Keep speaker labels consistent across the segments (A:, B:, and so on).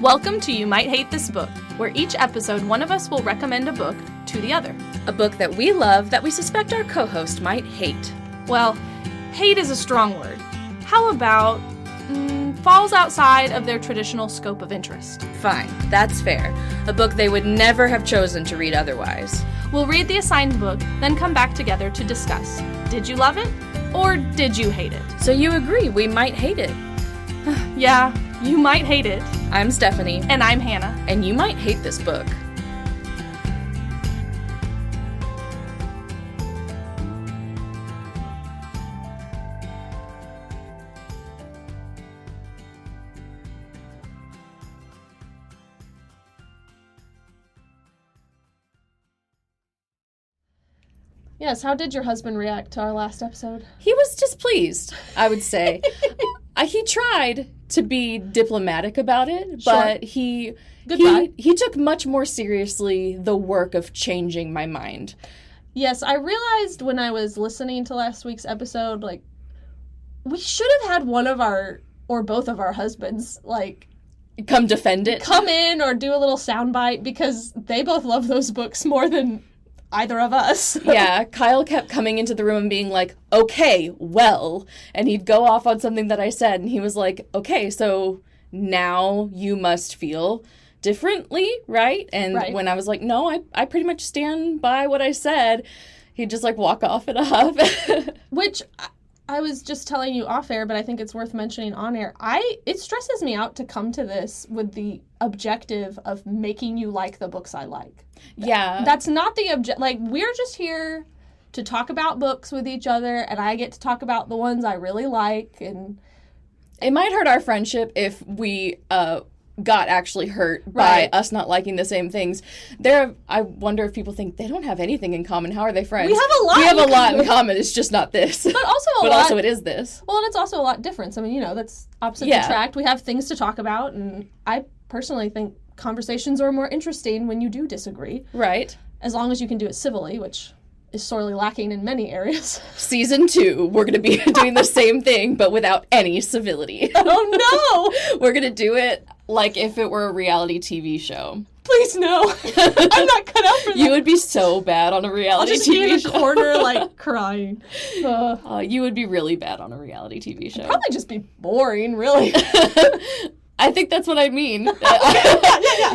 A: Welcome to You Might Hate This Book, where each episode one of us will recommend a book to the other.
B: A book that we love that we suspect our co host might hate.
A: Well, hate is a strong word. How about mm, falls outside of their traditional scope of interest?
B: Fine, that's fair. A book they would never have chosen to read otherwise.
A: We'll read the assigned book, then come back together to discuss did you love it or did you hate it?
B: So you agree we might hate it.
A: Yeah, you might hate it.
B: I'm Stephanie,
A: And I'm Hannah.
B: and you might hate this book.
C: Yes, how did your husband react to our last episode?
B: He was displeased, I would say. Uh, he tried to be diplomatic about it, but he
C: Goodbye.
B: he he took much more seriously the work of changing my mind.
C: Yes, I realized when I was listening to last week's episode, like, we should have had one of our, or both of our husbands, like,
B: Come defend it.
C: come in or do a little soundbite because they both love those books more than either of us.
B: yeah, Kyle kept coming into the room and being like, okay, well. And he'd go off on something that I said, and he was like, okay, so now you must feel differently, right? And
C: Right.
B: when I was like, no, I, I pretty much stand by what I said, he'd just like walk off and off.
C: Which I- I was just telling you off air, but I think it's worth mentioning on air. I it stresses me out to come to this with the objective of making you like the books I like.
B: yeah.
C: That's not the object. Like we're just here to talk about books with each other, and I get to talk about the ones I really like. And
B: it might hurt our friendship if we uh, got actually hurt
C: Right.
B: by us not liking the same things. There, I wonder if people think they don't have anything in common. How are they friends?
C: We have a lot
B: We have
C: in
B: a lot in common. It's just not this.
C: but also a
B: but
C: lot.
B: also it is this.
C: well, and it's also a lot different. I mean, you know, that's opposite
B: Yeah.
C: attract. We have things to talk about, and I personally think conversations are more interesting when you do disagree,
B: Right.
C: as long as you can do it civilly, which is sorely lacking in many areas.
B: Season two, we're gonna be doing the same thing, but without any civility.
C: oh no!
B: we're gonna do it like if it were a reality TV show.
C: Please no! I'm not cut out for that.
B: You would be so bad on a
C: I'll
B: reality
C: just
B: TV
C: be in a
B: show.
C: corner, like crying. Uh,
B: Uh, you would be really bad on a reality TV show.
C: probably just be boring, really.
B: I think that's what I mean.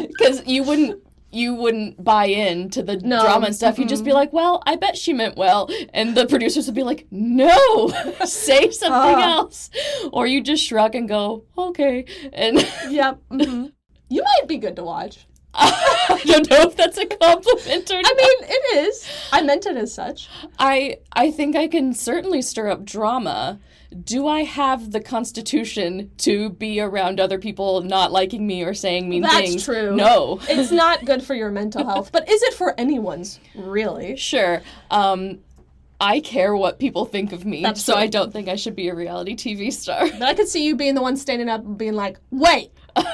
B: Because you wouldn't you wouldn't buy in to the
C: No.
B: drama and stuff. You'd just be like, "Well, I bet she meant well," and the producers would be like, "No, say something
C: Ah.
B: else," or you just shrug and go, "Okay." And
C: Yep. mhm. You might be good to watch.
B: I don't know if that's a compliment or
C: I
B: not.
C: mean, it is. I meant it as such.
B: I I think I can certainly stir up drama. Do I have the constitution to be around other people not liking me or saying mean
C: That's
B: things?
C: true.
B: No.
C: It's not good for your mental health, but is it for anyone's, really?
B: Sure. Um, I care what people think of me,
C: That's
B: so
C: true.
B: I don't think I should be a reality TV star.
C: But I could see you being the one standing up and being like, wait,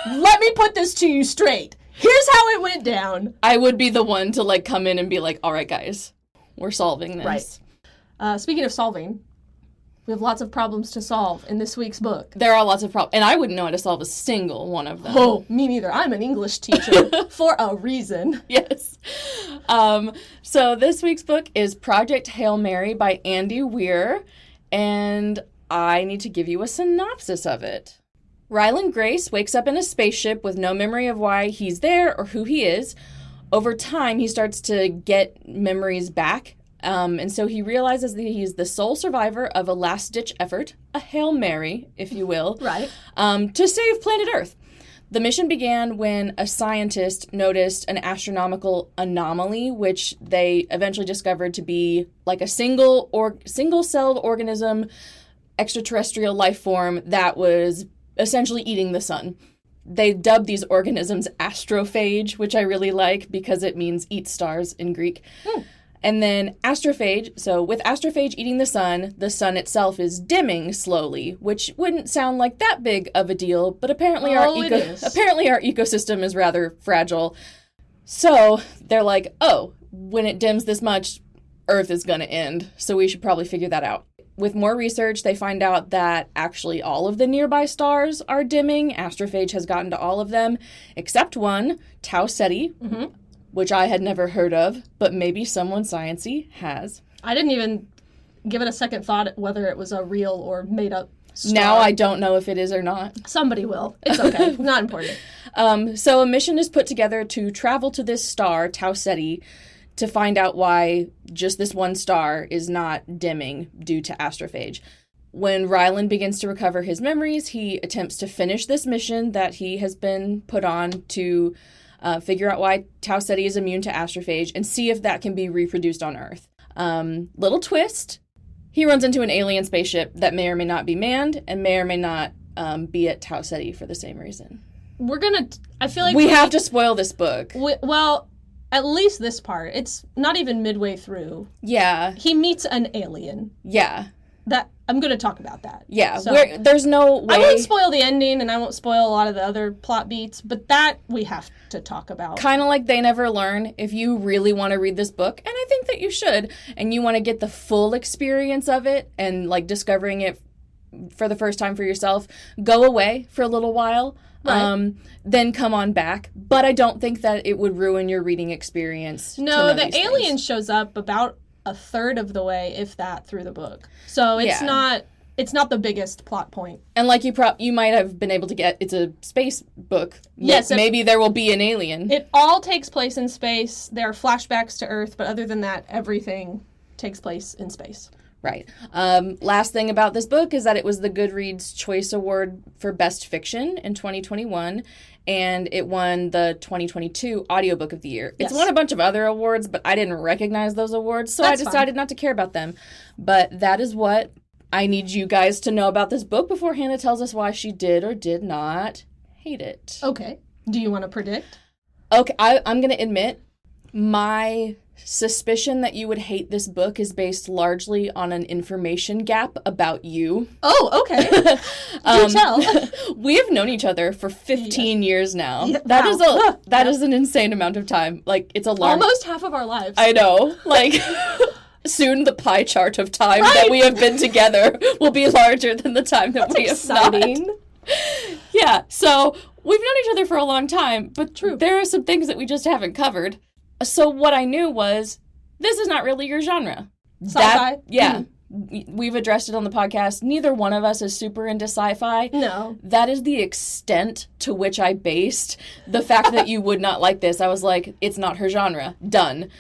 C: let me put this to you straight. Here's how it went down.
B: I would be the one to like come in and be like, "All right, guys, we're solving this."
C: Right. Uh, speaking of solving, we have lots of problems to solve in this week's book.
B: There are lots of problems, and I wouldn't know how to solve a single one of them.
C: Oh, me neither. I'm an English teacher for a reason.
B: yes. Um, so this week's book is Project Hail Mary by Andy Weir, and I need to give you a synopsis of it. Rylan Grace wakes up in a spaceship with no memory of why he's there or who he is. Over time, he starts to get memories back, um, and so he realizes that he is the sole survivor of a last ditch effort, a Hail Mary, if you will,
C: Right.
B: um, to save planet Earth. The mission began when a scientist noticed an astronomical anomaly, which they eventually discovered to be like a single or single-celled organism, extraterrestrial life form that was essentially eating the sun. They dubbed these organisms astrophage, which I really like because it means eat stars in Greek.
C: Hmm.
B: And then astrophage. So, with astrophage eating the sun, the sun itself is dimming slowly, which wouldn't sound like that big of a deal, but apparently
C: Oh,
B: our
C: it
B: eco-
C: is.
B: apparently our ecosystem is rather fragile. So, they're like, "Oh, when it dims this much, Earth is going to end. So, we should probably figure that out." With more research, they find out that actually all of the nearby stars are dimming. Astrophage has gotten to all of them except one, Tau Ceti,
C: Mhm.
B: which I had never heard of, but maybe someone sciency has.
C: I didn't even give it a second thought at whether it was a real or made up. Star.
B: Now I don't know if it is or not.
C: somebody will. It's okay. Not important.
B: Um, so a mission is put together to travel to this star, Tau Ceti, to find out why just this one star is not dimming due to astrophage. When Rylan begins to recover his memories, he attempts to finish this mission that he has been put on to uh, figure out why Tau Ceti is immune to astrophage and see if that can be reproduced on Earth. Um, little twist he runs into an alien spaceship that may or may not be manned and may or may not um, be at Tau Ceti for the same reason
C: We're gonna. T- I feel like
B: we have to spoil this book.
C: we, well, at least this part. It's not even midway through.
B: Yeah,
C: He meets an alien.
B: yeah,
C: That I'm gonna talk about that.
B: yeah.
C: So-
B: We're, there's no way.
C: I won't spoil the ending, and I won't spoil a lot of the other plot beats, but that we have to talk about.
B: Kind of like they never learn. If you really want to read this book, and I think that you should, and you want to get the full experience of it and like discovering it for the first time for yourself, go away for a little while.
C: Right.
B: Um, then come on back. But I don't think that it would ruin your reading experience. to
C: No,
B: know
C: the
B: these things.
C: alien shows up about a third of the way, if that, through the book. So it's
B: Yeah.
C: not it's not the biggest plot point.
B: And like you prop, you might have been able to get. It's a space book.
C: Yes, it-
B: maybe there will be an alien.
C: It all takes place in space. There are flashbacks to Earth, but other than that, everything takes place in space.
B: Right. Um, last thing about this book is that it was the Goodreads Choice Award for Best Fiction in 2021, and it won the 2022 Audiobook of the Year.
C: Yes.
B: It's won a bunch of other awards, but I didn't recognize those awards, so
C: That's
B: I
C: fine.
B: decided not to care about them. But that is what I need you guys to know about this book before Hannah tells us why she did or did not hate it.
C: Okay. Do you want to predict?
B: Okay, I, I'm going to admit my suspicion that you would hate this book is based largely on an information gap about you.
C: Oh, okay.
B: Um,
C: Do tell.
B: we have known each other for 15 years now.
C: Yeah,
B: That
C: wow.
B: is a that is an insane amount of time. Like it's alarming.
C: Almost half of our lives.
B: I know. Like soon the pie chart of time that we have been together will be larger than the time that we have not.
C: exciting.
B: Yeah. So we've known each other for a long time, but true, there are some things that we just haven't covered. So what I knew was this is not really your genre.
C: Sci-fi? Mm. Hmm.
B: yeah. We- We've addressed it on the podcast. Neither one of us is super into sci-fi.
C: No.
B: That is the extent to which I based the fact that you would not like this. I was like, it's not her genre. Done.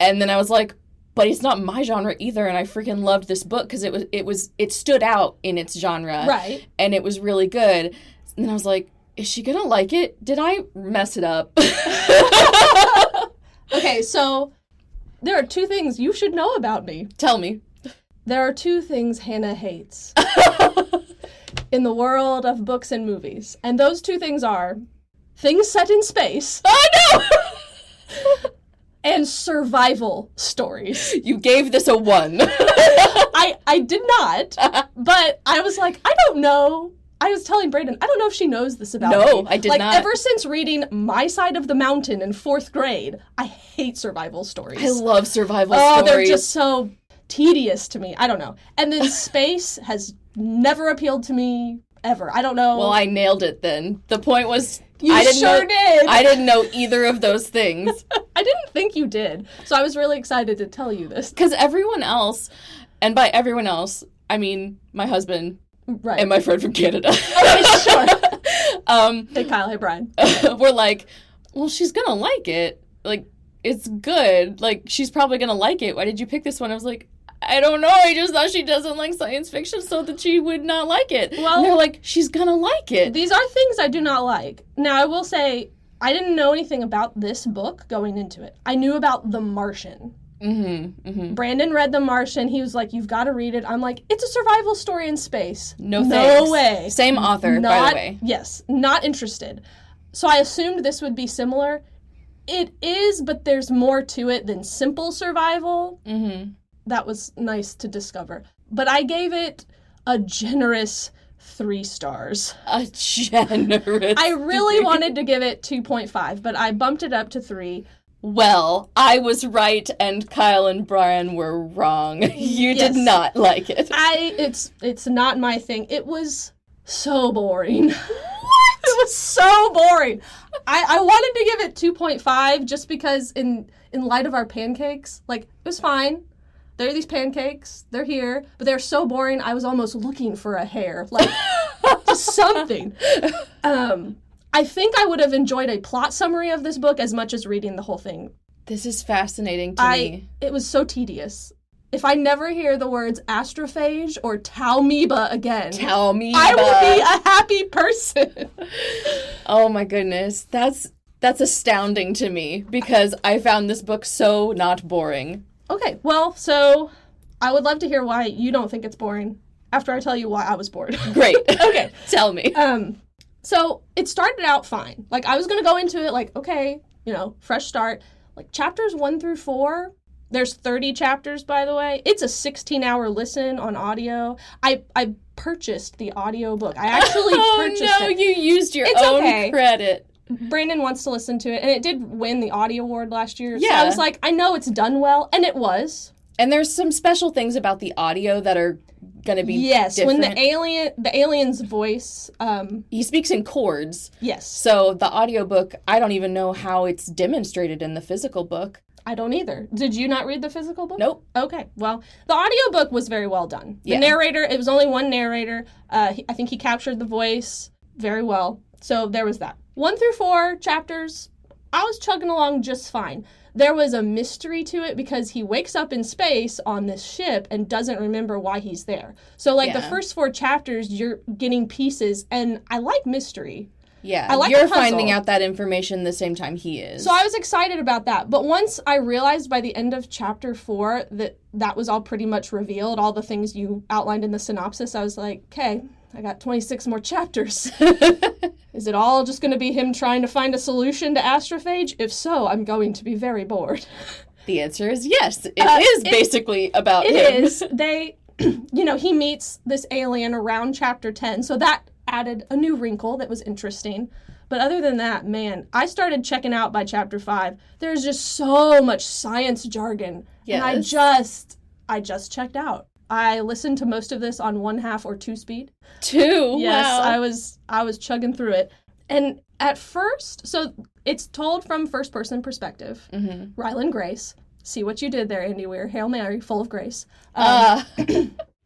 B: And then I was like, but it's not my genre either. And I freaking loved this book because it was it was it stood out in its genre.
C: Right.
B: And it was really good. And then I was like, is she gonna like it? Did I mess it up?
C: Okay, so there are two things you should know about me.
B: Tell me.
C: There are two things Hannah hates in the world of books and movies. And those two things are things set in space
B: Oh
C: and survival stories.
B: no! you gave this a one.
C: I, I did not, but I was like, I don't know. I was telling Brayden, I don't know if she knows this about
B: No,
C: me.
B: I did
C: like,
B: not.
C: ever since reading My Side of the Mountain in fourth grade, I hate survival stories.
B: I love survival
C: Oh,
B: stories.
C: they're just so tedious to me. I don't know. And then space has never appealed to me ever. I don't know.
B: Well, I nailed it then. The point was
C: You
B: I didn't
C: sure
B: know,
C: did.
B: I didn't know either of those things
C: I didn't think you did. So I was really excited to tell you this.
B: because everyone else, and by everyone else, I mean my husband
C: Right.
B: and my friend from Canada.
C: sure.
B: um,
C: hey, Kyle. Hey, Brian.
B: we're like, well, she's gonna like it. Like, it's good. Like, she's probably gonna like it. Why did you pick this one? I was like. I don't know. I just thought she doesn't like science fiction, so that she would not like it. Well,
C: Well-
B: they're like, she's gonna like it.
C: These are things I do not like. Now, I will say, I didn't know anything about this book going into it. I knew about The Martian.
B: mm-hmm, mm-hmm.
C: Brandon read The Martian. He was like, You've got to read it. I'm like, It's a survival story in space.
B: No, thanks.
C: No way.
B: Same author,
C: not,
B: by the way.
C: Yes, not interested. So I assumed this would be similar. It is, but there's more to it than simple survival.
B: Mm-hmm.
C: That was nice to discover. But I gave it a generous three stars.
B: A generous.
C: I really wanted to give it 2.5, but I bumped it up to three.
B: well, I was right and Kyle and Brian were wrong. you
C: Yes.
B: did not like it.
C: I it's it's not my thing. It was so boring. What? it was so boring. I, I wanted to give it two point five just because in in light of our pancakes, like it was fine. There are these pancakes, they're here, but they're so boring I was almost looking for a hair. Like just something. Um I think I would have enjoyed a plot summary of this book as much as reading the whole thing.
B: This is fascinating to
C: I
B: me.
C: it was so tedious. If I never hear the words astrophage or talmoeba again,
B: Tell me.
C: I
B: about-
C: will be a happy person.
B: Oh my goodness. That's that's astounding to me because I found this book so not boring.
C: okay, well, so I would love to hear why you don't think it's boring after I tell you why I was bored.
B: Great. okay, tell me.
C: um so it started out fine. Like I was going to go into it like, okay, you know, fresh start. Like chapters 1 through 4, there's 30 chapters by the way. It's a 16-hour listen on audio. I I purchased the audio book. I actually
B: oh
C: purchased
B: no,
C: it.
B: you used your
C: It's
B: own
C: okay.
B: credit.
C: Brandon wants to listen to it, and it did win the Audi Award last year. So
B: Yeah.
C: I was like, I know it's done well, and it was.
B: And there's some special things about the audio that are going to be
C: yes,
B: different.
C: when the alien, the alien's voice, um,
B: he speaks in chords.
C: yes,
B: So the audiobook, I don't even know how it's demonstrated in the physical book.
C: I don't either. Did you not read the physical book?
B: Nope.
C: Okay, well, the audiobook was very well done. The
B: Yeah.
C: narrator, it was only one narrator. Uh, he, I think he captured the voice very well. So there was that. One through four chapters, I was chugging along just fine. There was a mystery to it because he wakes up in space on this ship and doesn't remember why he's there. So, like the
B: Yeah.
C: first four chapters, you're getting pieces, and I like mystery.
B: Yeah.
C: I like the
B: You're
C: puzzle.
B: finding out that information the same time he is.
C: So I was excited about that. But once I realized by the end of chapter four that that was all pretty much revealed, all the things you outlined in the synopsis, I was like, okay, I got 26 more chapters. Is it all just going to be him trying to find a solution to astrophage? If so, I'm going to be very bored.
B: the answer is yes. It is
C: Uh, it-
B: basically about
C: It
B: him.
C: is. They, you know, he meets this alien around chapter 10. So that added a new wrinkle that was interesting. But other than that, man, I started checking out by chapter 5. There's just so much science jargon. And I
B: Yes.
C: just, I just checked out. I listened to most of this on one half or two speed.
B: Two.
C: Yes,
B: wow.
C: I was I was chugging through it. And at first, so it's told from first person perspective.
B: Mhm.
C: Ryland Grace. See what you did there, Andy Weir. Hail Mary, full of grace. Um,
B: Uh,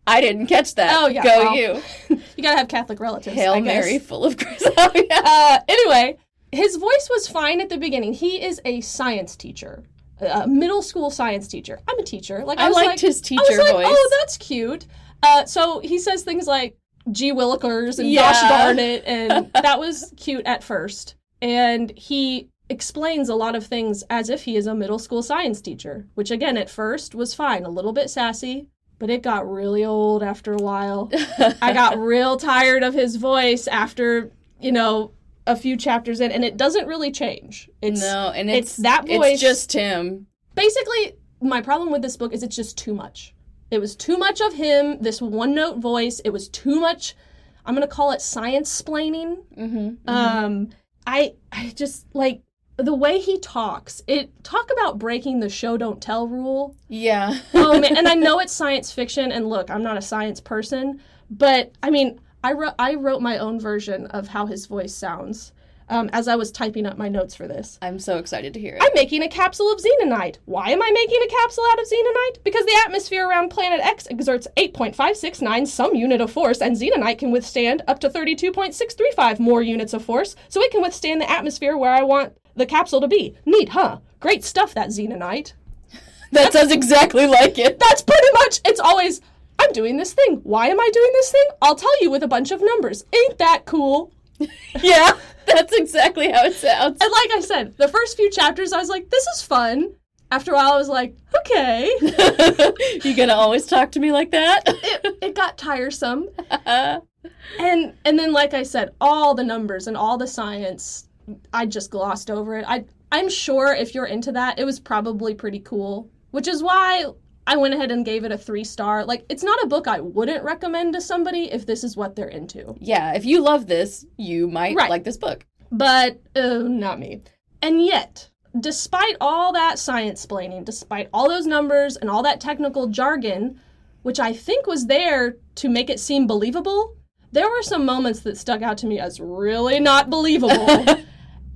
B: I didn't catch that.
C: Oh, yeah,
B: Go
C: well,
B: you.
C: You gotta have Catholic relatives.
B: Hail
C: I guess.
B: Mary, full of grace. Oh, yeah.
C: Uh, anyway, his voice was fine at the beginning. He is a science teacher, a middle school science teacher. I'm a teacher. Like I,
B: I
C: was
B: liked
C: like,
B: his
C: I was
B: teacher
C: like,
B: voice.
C: oh, that's cute. Uh, so he says things like "gee willikers" and
B: Yeah.
C: "gosh darn it," and that was cute at first. And he explains a lot of things as if he is a middle school science teacher, which again at first was fine, a little bit sassy, but it got really old after a while. I got real tired of his voice after, you know, a few chapters in, and it doesn't really change. It's
B: no, and it's,
C: it's that voice-
B: It's just him.
C: basically my problem with this book is it's just too much. It was too much of him, this one note voice. It was too much. I'm gonna call it science splaining.
B: Mm-hmm.
C: Um, I I just like the way he talks. It talk about breaking the show don't tell rule.
B: Yeah.
C: oh man and i know it's science fiction and look i'm not a science person but i mean i wrote i wrote my own version of how his voice sounds um, as i was typing up my notes for this
B: I'm so excited to hear it.
C: i'm making a capsule of xenonite why am i making a capsule out of xenonite because the atmosphere around planet x exerts 8.569 some unit of force and xenonite can withstand up to 32.635 more units of force so it can withstand the atmosphere where i want the capsule to be neat huh great stuff that xenonite
B: that sounds exactly like it.
C: that's pretty much it's always i'm doing this thing why am i doing this thing i'll tell you with a bunch of numbers ain't that cool
B: yeah. That's exactly how it sounds.
C: and like i said the first few chapters i was like this is fun after a while i was like okay
B: you gonna always talk to me like that?
C: it, it got tiresome and and then like i said all the numbers and all the science i just glossed over it i i'm sure if you're into that it was probably pretty cool which is why i went ahead and gave it a three star like it's not a book i wouldn't recommend to somebody if this is what they're into
B: yeah. If you love this, you might
C: Right.
B: like this book.
C: but uh, not me. And yet, despite all that science splaining, despite all those numbers and all that technical jargon, which I think was there to make it seem believable, there were some moments that stuck out to me as really not believable.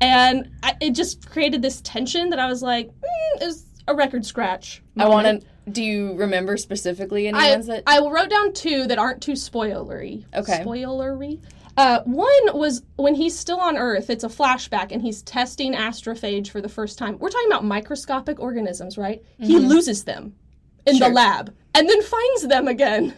C: and I, it just created this tension that I was like, mm, it was a record scratch.
B: I want to. Do you remember specifically any
C: Mhm. I,
B: ones that?
C: I wrote down two that aren't too spoilery.
B: Okay.
C: Spoilery. Uh, one was when he's still on Earth. It's a flashback, and he's testing astrophage for the first time. We're talking about microscopic organisms, right? He loses them in
B: Mm-hmm. Sure.
C: the lab, and then finds them again.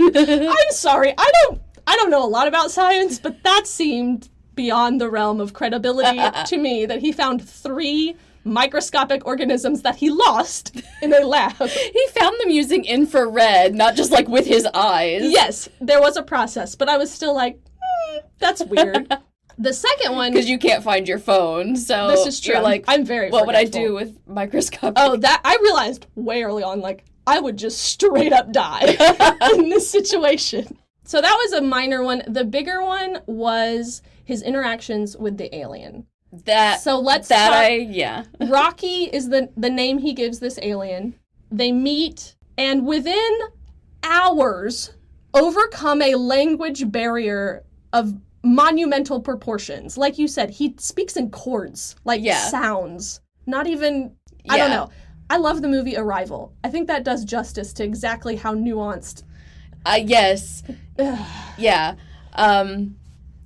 C: I'm sorry, I don't, I don't know a lot about science, but that seemed beyond the realm of credibility
B: Uh,
C: to me. That he found three microscopic organisms that he lost in a lab.
B: he found them using infrared, not just like with his eyes.
C: Yes, there was a process, but I was still like, "Hmm, that's weird. the second one,
B: because you can't find your phone. So
C: This is true.
B: You're like,
C: I'm very
B: What would I
C: forgetful."
B: do with microscopic?
C: oh, that I realized way early on, like I would just straight up die in this situation. So that was a minor one. The bigger one was his interactions with the alien.
B: that.
C: So let's
B: that
C: talk-
B: I yeah.
C: Rocky is the the name he gives this alien. They meet and within hours overcome a language barrier of monumental proportions. Like you said, he speaks in chords, like
B: Yeah.
C: sounds. Not even I don't
B: Yeah.
C: know. I love the movie Arrival. I think that does justice to exactly how nuanced.
B: Uh, yes. yeah. Um,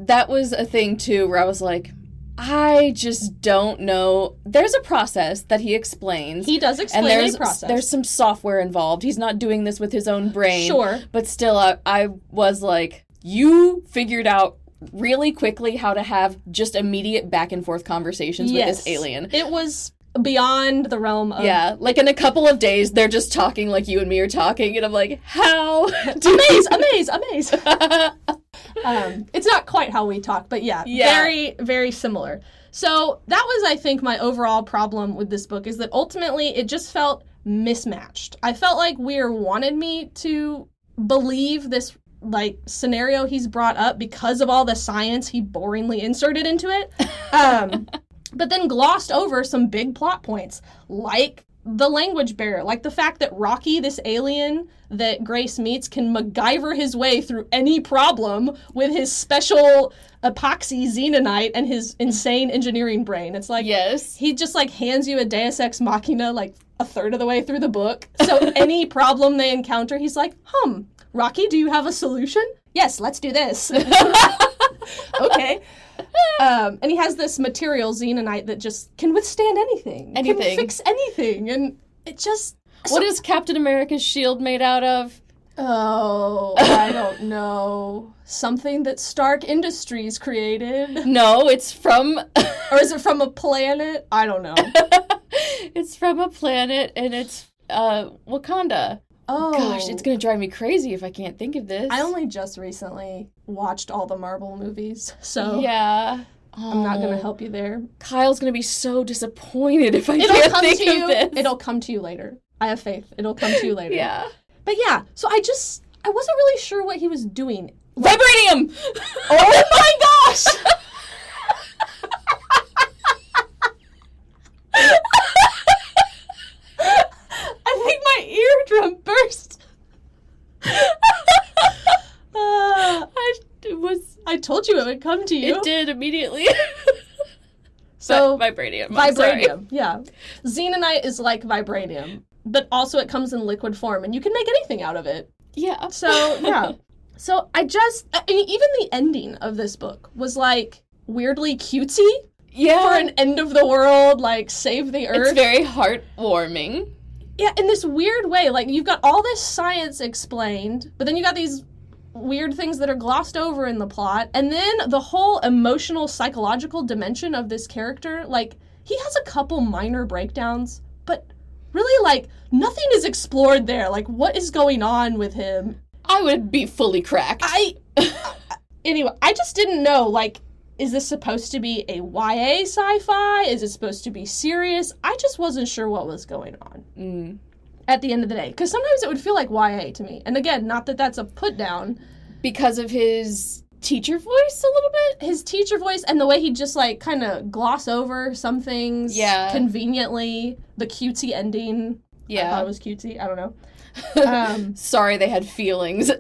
B: that was a thing too where I was like, I just don't know. There's a process that he explains.
C: He does explain
B: and
C: a
B: there's
C: process.
B: there's some software involved. He's not doing this with his own brain.
C: Sure.
B: But still, I, I was like, you figured out really quickly how to have just immediate back and forth conversations with this alien.
C: It was beyond the realm of
B: Yeah, like in a couple of days, they're just talking like you and me are talking, and I'm like, how do
C: amaze, amaze, amaze. um, it's not quite how we talk, but yeah,
B: Yeah.
C: very, very similar. So that was, I think, my overall problem with this book is that ultimately it just felt mismatched. I felt like Weir wanted me to believe this like scenario he's brought up because of all the science he boringly inserted into it. Um, but then glossed over some big plot points like the language barrier, like the fact that Rocky, this alien that Grace meets, can MacGyver his way through any problem with his special epoxy xenonite and his insane engineering brain. It's like
B: Yes.
C: he just like hands you a Deus Ex Machina like a third of the way through the book. So any problem they encounter, he's like, "Hmm, Rocky, do you have a solution?" Yes, let's do this. okay. Um, and he has this material xenonite that just can withstand anything, can
B: Anything.
C: fix anything, and it just
B: What is Captain America's shield made out of?
C: oh, I don't know something that Stark Industries created,
B: No, it's from
C: or is it from a planet? I don't know.
B: it's from a planet and it's uh Wakanda.
C: Oh
B: Gosh, it's gonna drive me crazy if I can't think of this.
C: I only just recently watched all the Marvel movies, so
B: Yeah. Oh.
C: I'm not going to help you there.
B: Kyle's gonna be so disappointed if I
C: It'll
B: can't
C: come
B: think
C: to you.
B: of this.
C: It'll come to you later. I have faith. It'll come to you later.
B: yeah.
C: But yeah, so I just I wasn't really sure what he was doing.
B: Vibranium!
C: Oh my gosh! I think my eardrum burst. Uh,
B: I it was
C: I told you it would come to you.
B: it did immediately.
C: So
B: vibranium. Oh, I'm sorry.
C: Vibranium, yeah. Xenonite is like vibranium, but also it comes in liquid form, and you can make anything out of it.
B: Yeah.
C: So yeah. so I just, I mean, even the ending of this book was like weirdly cutesy
B: yeah.
C: for an end of the world, like save the
B: Oh. it's
C: earth.
B: very heartwarming.
C: yeah, in this weird way, like you've got all this science explained, but then you got these weird things that are glossed over in the plot, and then the whole emotional, psychological dimension of this character, like he has a couple minor breakdowns, but really like nothing is explored there. Like what is going on with him?
B: I would be fully cracked.
C: I anyway, I just didn't know like is this supposed to be a YA sci-fi? Is it supposed to be serious? I just wasn't sure what was going on
B: Mm.
C: at the end of the day because sometimes it would feel like YA to me. And again, not that that's a put down.
B: because of his teacher voice a little bit.
C: his teacher voice and the way he just like kind of gloss over some things
B: Yeah.
C: conveniently the cutesy ending i thought
B: Yeah.
C: it was cutesy i don't know um
B: Sorry, they had feelings.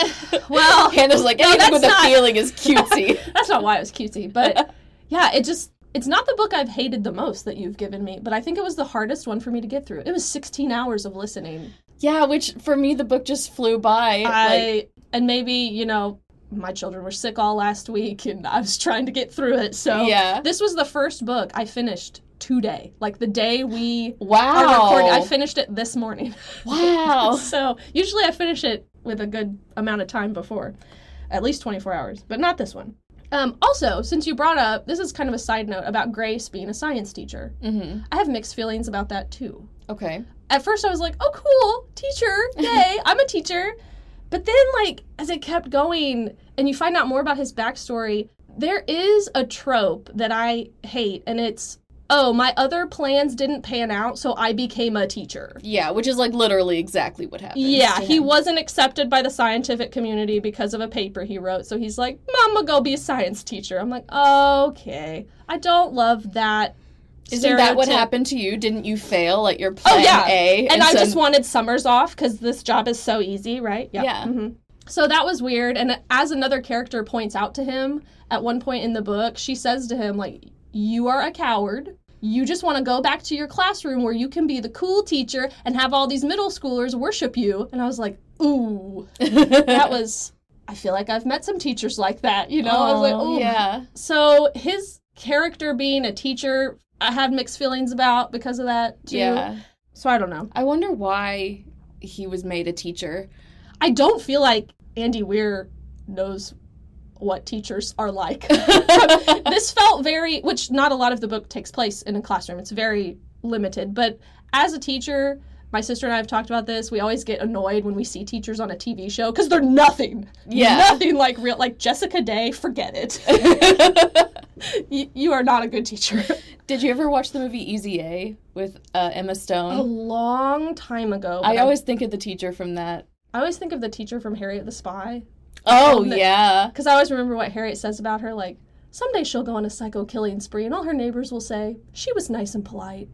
C: well
B: Hannah's like, anything
C: that's
B: with a
C: not-
B: feeling is cutesy.
C: that's not why it was cutesy but yeah it just it's not the book i've hated the most that you've given me but i think it was the hardest one for me to get through it was 16 hours of listening
B: yeah, which for me the book just flew by.
C: i
B: like,
C: and maybe you know my children were sick all last week and i was trying to get through it so
B: Yeah.
C: this was the first book i finished today like the day we I recorded.
B: wow.
C: I finished it this morning.
B: wow.
C: So usually I finish it with a good amount of time before, at least 24 hours, but not this one. Um, also, since you brought up, this is kind of a side note about Grace being a science teacher.
B: Mm-hmm.
C: I have mixed feelings about that too.
B: Okay.
C: At first, I was like, "Oh, cool, teacher! Yay, I'm a teacher." But then, like, as it kept going, and you find out more about his backstory, there is a trope that I hate, and it's, "Oh, my other plans didn't pan out, so I became a teacher."
B: Yeah, which is like literally exactly what happened.
C: Yeah,
B: to
C: he
B: him.
C: wasn't accepted by the scientific community because of a paper he wrote. So he's like, "Mama, go be a science teacher." I'm like, "Okay, I don't love that."
B: Isn't that what
C: stereotype-
B: happened to you? Didn't you fail at your plan
C: Oh, yeah.
B: A?
C: And I
B: so-
C: just wanted summers off because this job is so easy, right?
B: Yeah.
C: hmm So that was weird. And as another character points out to him at one point in the book, she says to him, like, you are a coward. You just want to go back to your classroom where you can be the cool teacher and have all these middle schoolers worship you. And I was like, ooh, that was. I feel like I've met some teachers like that, you know? I was like,
B: Oh,
C: ooh,
B: yeah.
C: so his character being a teacher, I had mixed feelings about because of that too.
B: Yeah.
C: So I don't know.
B: I wonder why he was made a teacher.
C: I don't feel like Andy Weir knows what teachers are like. this felt very, which not a lot of the book takes place in a classroom. It's very limited. But as a teacher, my sister and I have talked about this. We always get annoyed when we see teachers on a TV show because they're nothing.
B: Yeah.
C: Nothing like real. Like Jessica Day, forget it. you, you are not a good teacher.
B: Did you ever watch the movie Easy A with uh, Emma Stone?
C: a long time ago. but
B: I always think of the teacher from that.
C: I always think of the teacher from Harriet the Spy.
B: Oh
C: the-
B: yeah,
C: Because I always remember what Harriet says about her, like, someday she'll go on a psycho killing spree and all her neighbors will say, she was nice and polite.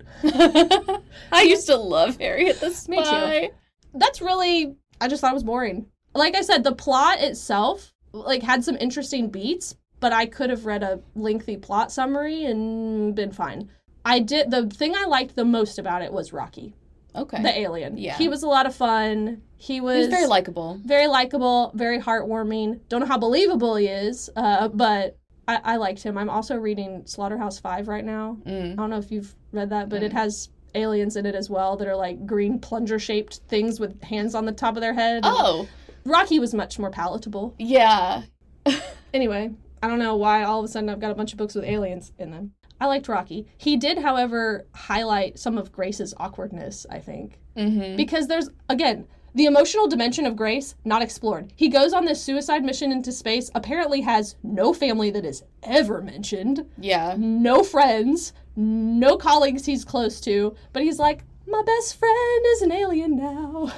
B: I used to love Harriet the Spy.
C: Me too. That's really, I just thought it was boring. Like I said, the plot itself, like, had some interesting beats, but I could have read a lengthy plot summary and been fine. I did, the thing I liked the most about it was Rocky,
B: Okay,
C: the alien.
B: Yeah.
C: He was a lot of fun. He was,
B: he was very likable.
C: very likable, very heartwarming. Don't know how believable he is, uh, but I, I liked him. I'm also reading Slaughterhouse Five right now. I
B: Mm.
C: don't know if you've read that, but it has aliens in it as well that are like green plunger shaped things with hands on the top of their head. And
B: Oh
C: Rocky was much more palatable.
B: yeah,
C: Anyway, I don't know why all of a sudden I've got a bunch of books with aliens in them. I liked Rocky. He did, however, highlight some of Grace's awkwardness, I think
B: mm-hmm.
C: because there's again the emotional dimension of grace not explored he goes on this suicide mission into space apparently has no family that is ever mentioned
B: yeah.
C: no friends no colleagues he's close to but he's like my best friend is an alien now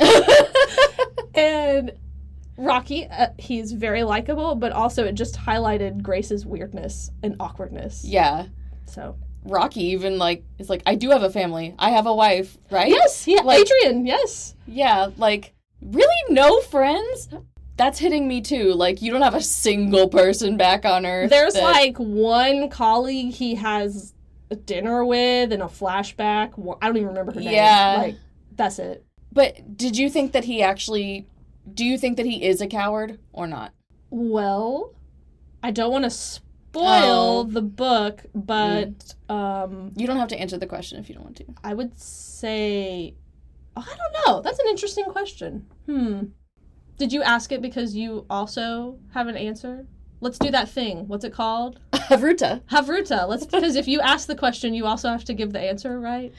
C: and rocky uh, he's very likable but also it just highlighted grace's weirdness and awkwardness
B: Yeah.
C: so
B: Rocky even like is like I do have a family. I have a wife, right?
C: yes yeah
B: Like-
C: adrian yes
B: Yeah, like really no friends? That's hitting me too. Like you don't have a single person back on earth.
C: There's
B: that-
C: like one colleague he has a dinner with in a flashback. Wha- I don't even remember her name.
B: Yeah.
C: Like, that's it.
B: But did you think that he actually do you think that he is a coward or not?
C: Well, I don't want to spoil
B: Oh.
C: the book, but um,
B: You don't have to answer the question if you don't want to.
C: I would say. Oh, I don't know. That's an interesting question. Hmm. Did you ask it because you also have an answer? Let's do that thing. What's it called?
B: Havruta.
C: Havruta. Let's because if you ask the question, you also have to give the answer, right?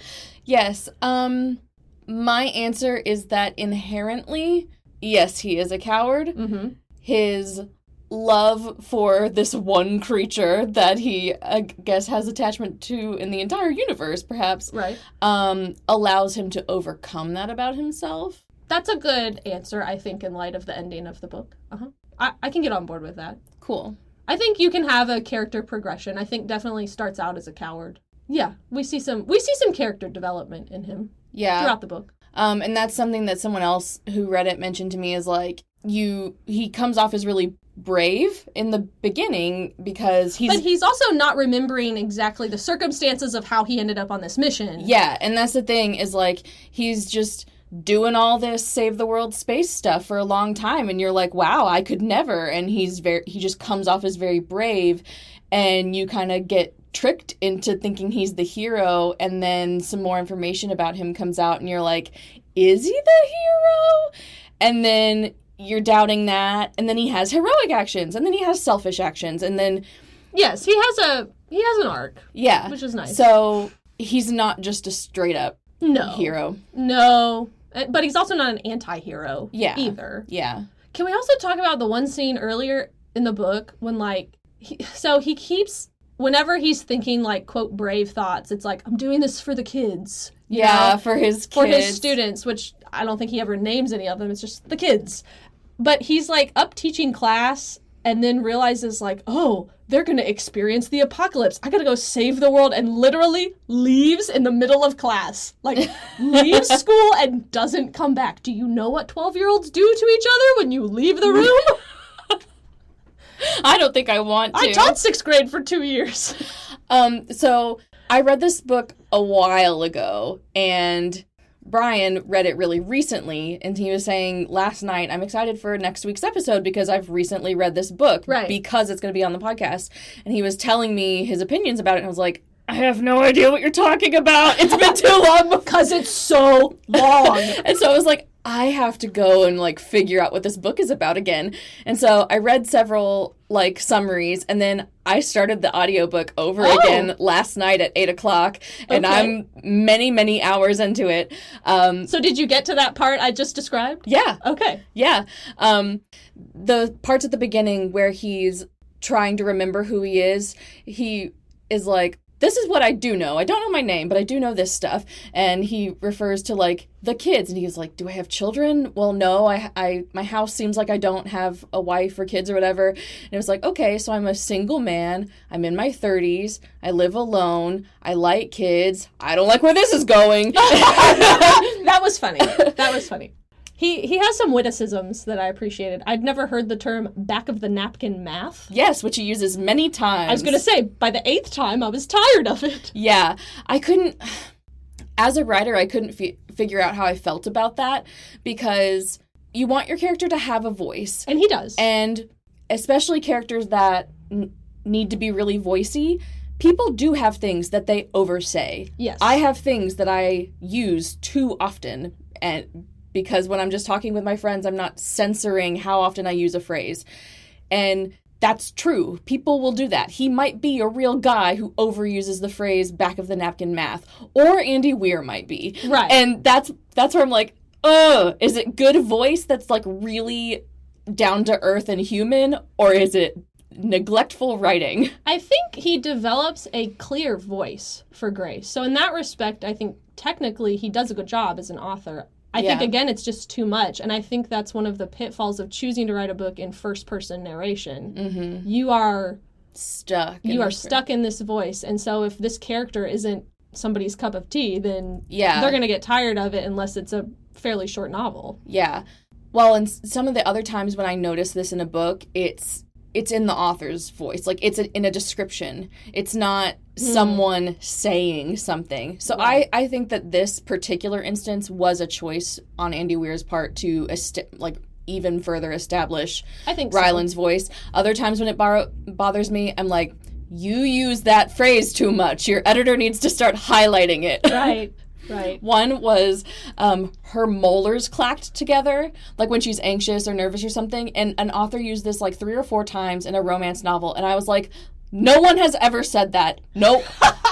B: Yes. Um my answer is that inherently, yes, he is a coward.
C: Mm-hmm.
B: his love for this one creature that he i guess has attachment to in the entire universe perhaps
C: Right.
B: um allows him to overcome that about himself
C: Uh-huh. That's a good answer, I think, in light of the ending of the book. Uh huh. I, I can get on board with that.
B: Cool.
C: I think you can have a character progression. I think definitely starts out as a coward. Yeah, we see some we see some character development in him
B: Yeah.
C: throughout the book.
B: Um, and that's something that someone else who read it mentioned to me is like you he comes off as really brave in the beginning because he's
C: But he's also not remembering exactly the circumstances of how he ended up on this mission.
B: yeah, and that's the thing is like he's just doing all this save the world space stuff for a long time and you're like wow, I could never and he's very he just comes off as very brave and you kind of get tricked into thinking he's the hero and then some more information about him comes out and you're like is he the hero and then you're doubting that and then he has heroic actions and then he has selfish actions and then
C: Yes, he has a he has an arc,
B: yeah
C: which is nice.
B: Uh, so he's not just a straight up
C: no.
B: hero
C: No. Uh, But he's also not an anti-hero
B: Yeah.
C: either.
B: yeah
C: Can we also talk about the one scene earlier in the book when like he, so he keeps whenever he's thinking like quote brave thoughts, it's like I'm doing this for the kids. you
B: yeah
C: know?
B: for his
C: for his
B: kids.
C: students, which I don't think he ever names any of them. It's just the kids. But he's like up teaching class and then realizes like, "Oh, they're going to experience the apocalypse. I got to go save the world." And literally leaves in the middle of class. Like leaves school and doesn't come back. Do you know what 12-year-olds do to each other when you leave the room?
B: i don't think i want to
C: I taught 6th grade for 2 years.
B: Um, so I read this book a while ago, and Brian read it really recently, and he was saying last night, I'm excited for next week's episode because I've recently read this book
C: Right.
B: because it's going to be on the podcast. And he was telling me his opinions about it, and I was like, I have no idea what you're talking about. It's been too
C: Um,
B: long because it's so
C: Long.
B: and so I was like, I have to go and like figure out what this book is about again. And so I read several like summaries and then I started the audiobook over
C: Oh.
B: again last night at eight o'clock. And
C: Okay.
B: I'm many, many hours into it. Um,
C: So did you get to that part I just described?
B: yeah,
C: Okay.
B: yeah. Um, the parts at the beginning where he's trying to remember who he is, he is like, this is what I do know. I don't know my name, but I do know this stuff. And he refers to like the kids, and he's like, "Do I have children?" Well, no. I, I, my house seems like I don't have a wife or kids or whatever. And it was like, okay, so I'm a single man. I'm in my 30s. I live alone. I like kids. I don't like where this is going.
C: that was funny. That was funny. He he has some witticisms that I appreciated. I'd never heard the term back of the napkin math.
B: yes, which he uses many times.
C: I was gonna say by the eighth time I was tired of it.
B: Yeah, I couldn't. As a writer, I couldn't fi- figure out how I felt about that because you want your character to have a voice,
C: And he does.
B: and especially characters that n- need to be really voicey. People do have things that they oversay.
C: yes.
B: I have things that I use too often, and because when I'm just talking with my friends, I'm not censoring how often I use a phrase, and that's true. People will do that. He might be a real guy who overuses the phrase "back of the napkin math," or Andy Weir might be,
C: Right.
B: and that's that's where I'm like, oh, is it good voice that's like really down to earth and human, or is it neglectful writing?
C: I think he develops a clear voice for Grace. So in that respect, I think technically he does a good job as an author. I think
B: Yeah.
C: again it's just too much, and I think that's one of the pitfalls of choosing to write a book in first person narration.
B: Mm-hmm.
C: You are
B: Stuck. in
C: you are
B: this-
C: stuck in this voice and so if this character isn't somebody's cup of tea then
B: Yeah.
C: they're going to get tired of it unless it's a fairly short novel
B: Yeah. Well, and s- some of the other times when I notice this in a book, it's it's in the author's voice. Like it's a, in a description. It's not
C: Hmm.
B: someone saying something. So
C: Right.
B: I I think that this particular instance was a choice on Andy Weir's part to est- like even further establish
C: i think so.
B: Ryland's voice. Other times when it borrow- bothers me, I'm like you use that phrase too much. Your editor needs to start highlighting it.
C: right right
B: One was um, her molars clacked together, like when she's anxious or nervous or something. And an author used this like three or four times in a romance novel. And I was like, no one has ever said that. Nope.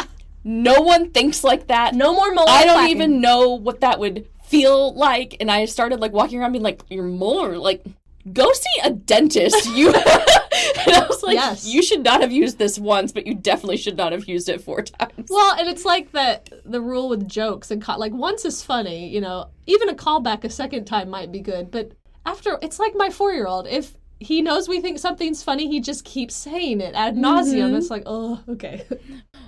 B: no one thinks like that.
C: no more molar
B: I don't
C: clacking.
B: even know what that would feel like. And I started like walking around being like, your molar, like, go see a dentist. You. and I was like,
C: Yes.
B: you should not have used this once, but you definitely should not have used it four times.
C: well and it's like the the rule with jokes and co- like once is funny you know even a callback a second time might be good but after it's like my four year old if he knows we think something's funny. He just keeps saying it ad nauseum. It's like, oh, okay.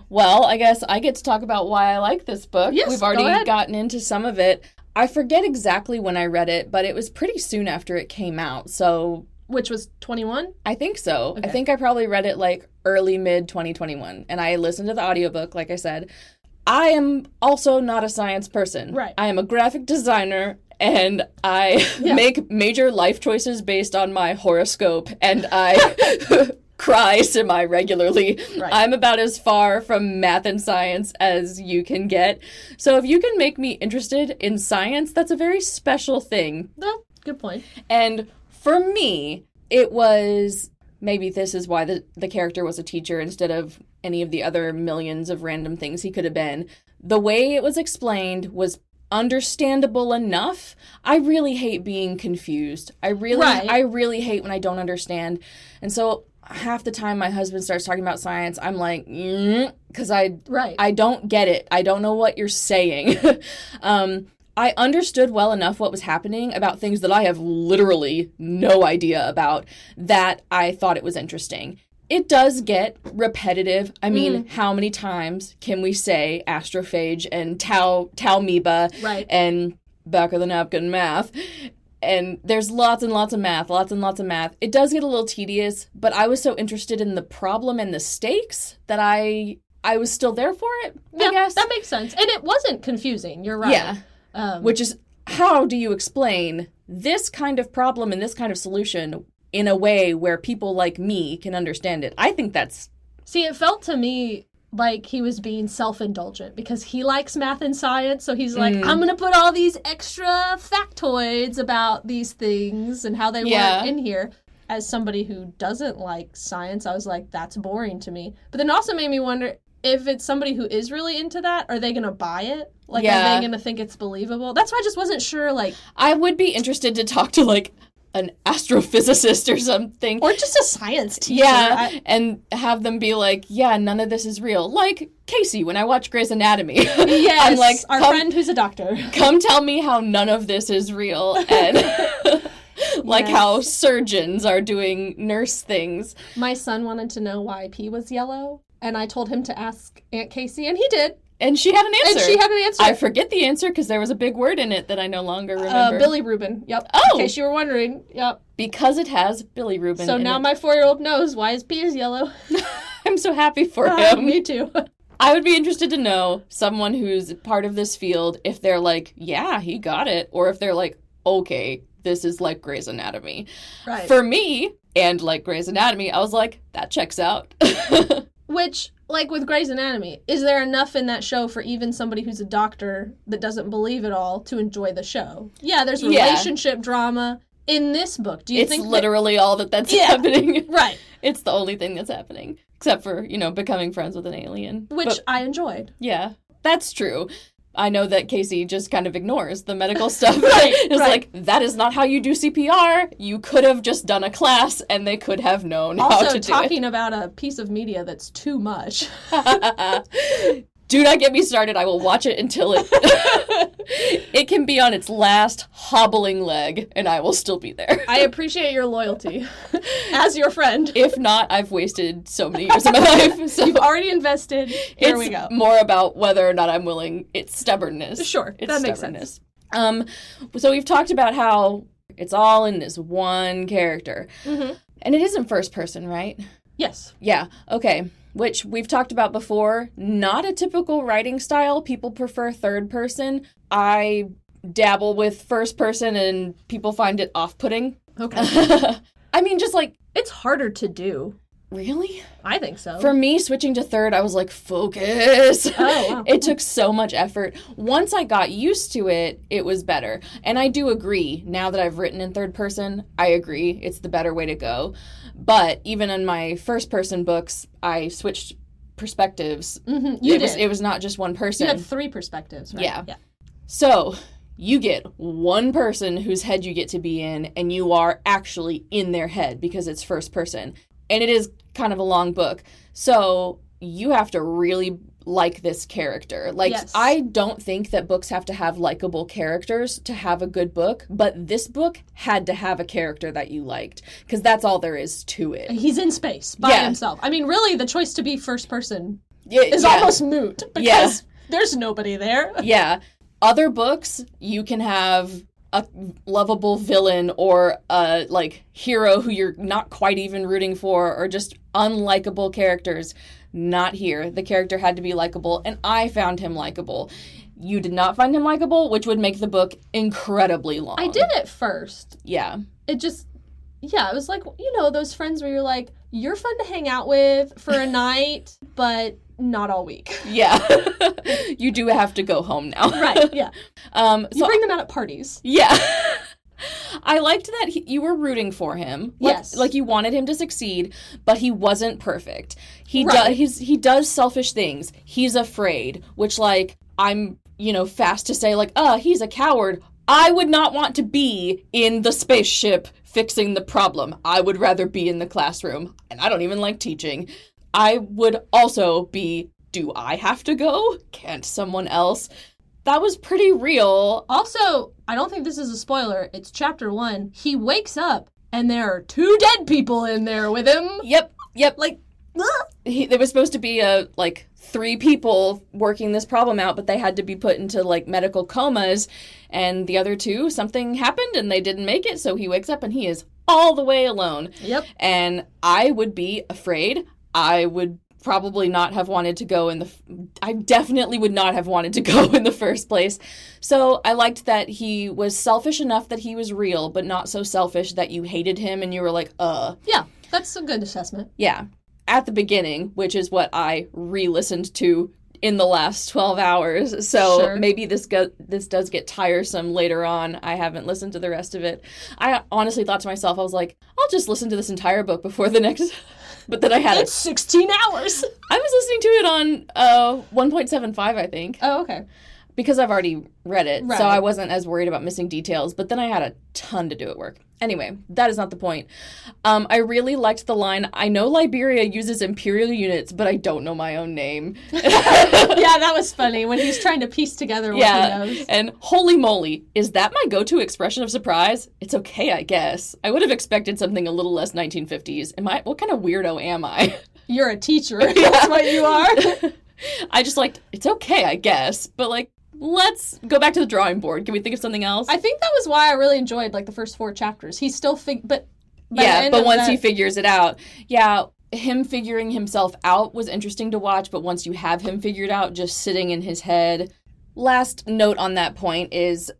B: Well, I guess I get to talk about why I like this book.
C: Yes,
B: We've
C: go
B: already
C: ahead.
B: gotten into some of it. I forget exactly when I read it, but it was pretty soon after it came out. So
C: Which was twenty one.
B: I think so. I
C: Okay.
B: think I probably read it like early mid 2021 and I listened to the audiobook like I said. I am also not a science person.
C: Right.
B: I am a graphic designer and I make major life choices based on my horoscope and I cry semi regularly.
C: Right.
B: I'm about as far from math and science as you can get. So if you can make me interested in science, that's a very special thing
C: No, good point.
B: and for me, it was maybe this is why the, the character was a teacher instead of any of the other millions of random things he could have been. The way it was explained was understandable enough. I really hate being confused. I really
C: Right.
B: I really hate when I don't understand. And so half the time my husband starts talking about science, I'm like, because I
C: Right.
B: I don't get it. I don't know what you're saying. um, I understood well enough what was happening about things that I have literally no idea about that I thought it was interesting. It does get repetitive. I mean, how many times can we say astrophage and tau taumeba
C: Right.
B: and back of the napkin math? And there's lots and lots of math, lots and lots of math. It does get a little tedious, but I was so interested in the problem and the stakes that I I was still there for it. I
C: Yeah,
B: guess
C: that makes sense. And it wasn't confusing. You're right.
B: yeah.
C: Um,
B: Which is how do you explain this kind of problem and this kind of solution in a way where people like me can understand it? I think that's
C: See, it felt to me like he was being self indulgent because he likes math and science. So he's like,
B: Mm.
C: I'm going to put all these extra factoids about these things and how they
B: Yeah.
C: work in here. As somebody who doesn't like science, I was like, that's boring to me. But then it also made me wonder if it's somebody who is really into that, are they going to buy it? Like,
B: Yeah.
C: are they going to think it's believable? That's why I just wasn't sure, like,
B: I would be interested to talk to like an astrophysicist or something.
C: or just a science teacher.
B: yeah,
C: I-
B: and have them be like, "Yeah, none of this is real." Like Casey, when I watch Grey's Anatomy,
C: yes,
B: I'm like,
C: our
B: "Come
C: friend who's a doctor.
B: come tell me how none of this is real and like
C: Yes.
B: how surgeons are doing nurse things
C: My son wanted to know why pee was yellow, and I told him to ask Aunt Casey, and he did.
B: and she had an answer
C: And she had an answer.
B: i forget the answer because there was a big word in it that i no longer remember
C: uh, Billy Rubin. Yep.
B: Oh!
C: In case you were wondering. Yep.
B: because it has billy rubin
C: So
B: in
C: now
B: it.
C: my four-year-old knows why his pee is yellow.
B: i'm so happy for
C: Ah,
B: him
C: Me too.
B: i would be interested to know someone who's part of this field if they're like yeah he got it or if they're like okay this is like Grey's Anatomy.
C: Right.
B: For me, and like Grey's Anatomy, I was like, that checks out.
C: Which, like with Grey's Anatomy, is there enough in that show for even somebody who's a doctor that doesn't believe it all to enjoy the show? Yeah, there's
B: Yeah.
C: relationship drama in this book. Do you
B: it's
C: think that-
B: literally all that that's
C: Yeah.
B: happening.
C: right?
B: It's the only thing that's happening, except for you know becoming friends with an alien.
C: Which
B: But,
C: I enjoyed.
B: yeah, that's true. I know that Casey just kind of ignores the medical stuff. it's
C: right.
B: like that is not how you do CPR. You could have just done a class, and they could have known how
C: Also,
B: to
C: talking about a piece of media that's too much.
B: do it. do not get me started. I will watch it until it it can be on its last hobbling leg, and I will still be there.
C: I appreciate your loyalty as your friend.
B: If not, I've wasted so many years of my life. So.
C: You've already invested. Here
B: it's
C: we go.
B: more about whether or not I'm willing. It's stubbornness.
C: Sure,
B: it's
C: that makes
B: stubbornness. Um, so we've talked about how it's all in this one character,
C: Mm-hmm.
B: and it isn't first person, right?
C: Yes.
B: Yeah. Okay. Which we've talked about before. Not a typical writing style. People prefer third person. I dabble with first person, and people find it off-putting.
C: Okay.
B: I mean, just like
C: it's harder to do.
B: really.
C: I think so.
B: For me, switching to third, I was like, focus.
C: Oh, wow.
B: it took so much effort. Once I got used to it, it was better. And I do agree. Now that I've written in third person, I agree. It's the better way to go. But even in my first person books, I switched perspectives.
C: Mhm, you
B: it, Was,
C: did.
B: it was not just one person.
C: you had three perspectives, right?
B: Yeah. So you get one person whose head you get to be in, and you are actually in their head because it's first person. And it is kind of a long book. So you have to really like this character. Like
C: Yes.
B: I don't think that books have to have likable characters to have a good book, but this book had to have a character that you liked cuz that's all there is to it.
C: He's in space by
B: Yeah.
C: himself. I mean, really, the choice to be first person
B: Yeah,
C: is
B: yeah.
C: almost moot because there's nobody there.
B: yeah. Other books, you can have a lovable villain or a like hero who you're not quite even rooting for, or just unlikable characters. Not here. The character had to be likable, and I found him likable. You did not find him likable, which would make the book incredibly long.
C: I did at first.
B: Yeah.
C: It just, yeah, it was like, you know, those friends where you're like, you're fun to hang out with for a night, but not all week.
B: Yeah. you do have to go home now.
C: Right, yeah.
B: Um,
C: You
B: so
C: bring them out at parties.
B: Yeah. I liked that he, you were rooting for him. Like,
C: Yes.
B: Like you wanted him to succeed, but he wasn't perfect. He
C: Right.
B: does he's, he does selfish things. He's afraid, which like I'm, you know, fast to say like, "Uh, he's a coward. I would not want to be in the spaceship fixing the problem. I would rather be in the classroom, and I don't even like teaching. I would also be do I have to go? Can't someone else? That was pretty real.
C: Also, I don't think this is a spoiler. It's chapter one. He wakes up and there are two dead people in there with him.
B: Yep, yep.
C: Like,
B: he, there was supposed to be a like three people working this problem out, but they had to be put into like medical comas, and the other two something happened and they didn't make it. So he wakes up and he is all the way alone.
C: yep.
B: And I would be afraid. I would probably not have wanted to go in the. f- I definitely would not have wanted to go in the first place. So I liked that he was selfish enough that he was real, but not so selfish that you hated him and you were like, uh.
C: Yeah, that's a good assessment.
B: Yeah. At the beginning, which is what I re-listened to in the last 12 hours. So
C: Sure.
B: maybe this go- this does get tiresome later on. I haven't listened to the rest of it. I honestly thought to myself I was like, I'll just listen to this entire book before the next but then I had
C: It's
B: it.
C: 16 hours.
B: I was listening to it on uh 1.75 I think
C: Oh, okay.
B: because I've already read it,
C: Right.
B: so I wasn't as worried about missing details. But then I had a ton to do at work. Anyway, that is not the point. Um, I really liked the line. I know Liberia uses imperial units, but I don't know my own name.
C: Yeah, that was funny when he's trying to piece together what
B: yeah,
C: he knows.
B: and holy moly, is that my go-to expression of surprise? It's okay, I guess. I would have expected something a little less 1950s. Am I? What kind of weirdo am I?
C: You're a teacher. That's what you are.
B: I just liked. It's okay, I guess. But like, let's go back to the drawing board. Can we think of something else?
C: I think that was why I really enjoyed like the first four chapters. He's still fig- but by the
B: yeah,
C: end
B: but
C: of
B: once
C: that-
B: he figures it out, yeah, him figuring himself out was interesting to watch. But once you have him figured out, just sitting in his head. Last note on that point is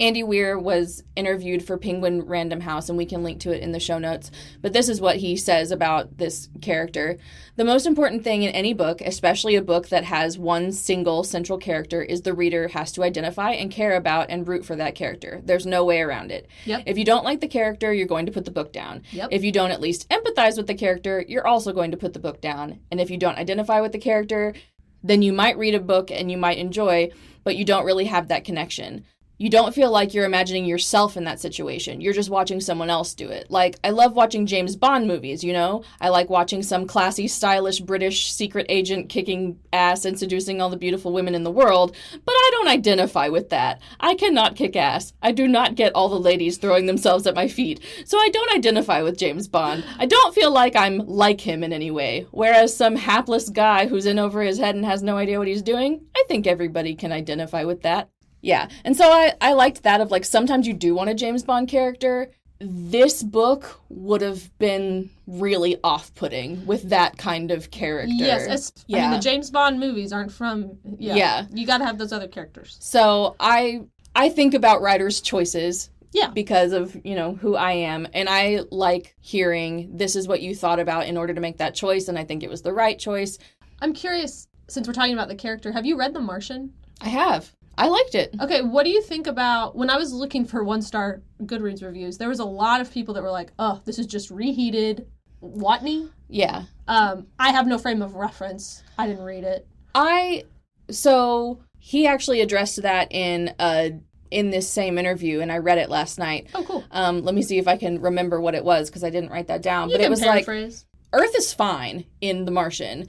B: Andy Weir was interviewed for Penguin Random House, and we can link to it in the show notes. But this is what he says about this character. The most important thing in any book, especially a book that has one single central character, is the reader has to identify and care about and root for that character. There's no way around it.
C: Yep.
B: If you don't like the character, you're going to put the book down.
C: Yep.
B: If you don't at least empathize with the character, you're also going to put the book down. And if you don't identify with the character, then you might read a book and you might enjoy, but you don't really have that connection. You don't feel like you're imagining yourself in that situation. You're just watching someone else do it. Like, I love watching James Bond movies, you know? I like watching some classy, stylish British secret agent kicking ass and seducing all the beautiful women in the world, but I don't identify with that. I cannot kick ass. I do not get all the ladies throwing themselves at my feet, so I don't identify with James Bond. I don't feel like I'm like him in any way. Whereas some hapless guy who's in over his head and has no idea what he's doing, I think everybody can identify with that. Yeah. And so I, I liked that of like sometimes you do want a James Bond character. This book would have been really off putting with that kind of character.
C: Yes, es- I mean
B: Yeah.
C: the James Bond movies aren't from yeah.
B: Yeah.
C: You got to have those other characters.
B: So I I think about writers' choices
C: Yeah.
B: because of, you know, who I am and I like hearing this is what you thought about in order to make that choice and I think it was the right choice.
C: I'm curious since we're talking about the character, have you read The Martian?
B: I have. I liked it.
C: Okay, what do you think about when I was looking for one star Goodreads reviews? There was a lot of people that were like, "Oh, this is just reheated Watney."
B: Yeah.
C: Um, I have no frame of reference. I didn't read it.
B: I so he actually addressed that in uh in this same interview and I read it last night.
C: Oh, cool.
B: Um, let me see if I can remember what it was because I didn't write that down.
C: You
B: but
C: can
B: it was like
C: paraphrase.
B: Earth is fine in The Martian.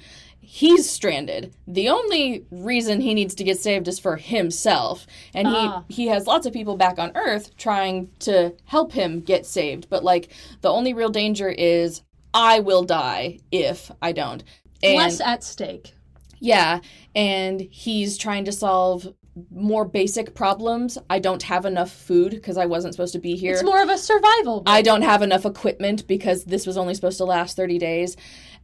B: he's stranded. The only reason he needs to get saved is for himself. And he
C: Ah.
B: he has lots of people back on Earth trying to help him get saved, but like the only real danger is I will die if I don't. And
C: Less at stake.
B: yeah, and he's trying to solve more basic problems. I don't have enough food because I wasn't supposed to be here.
C: It's more of a survival.
B: I don't have enough equipment because this was only supposed to last 30 days.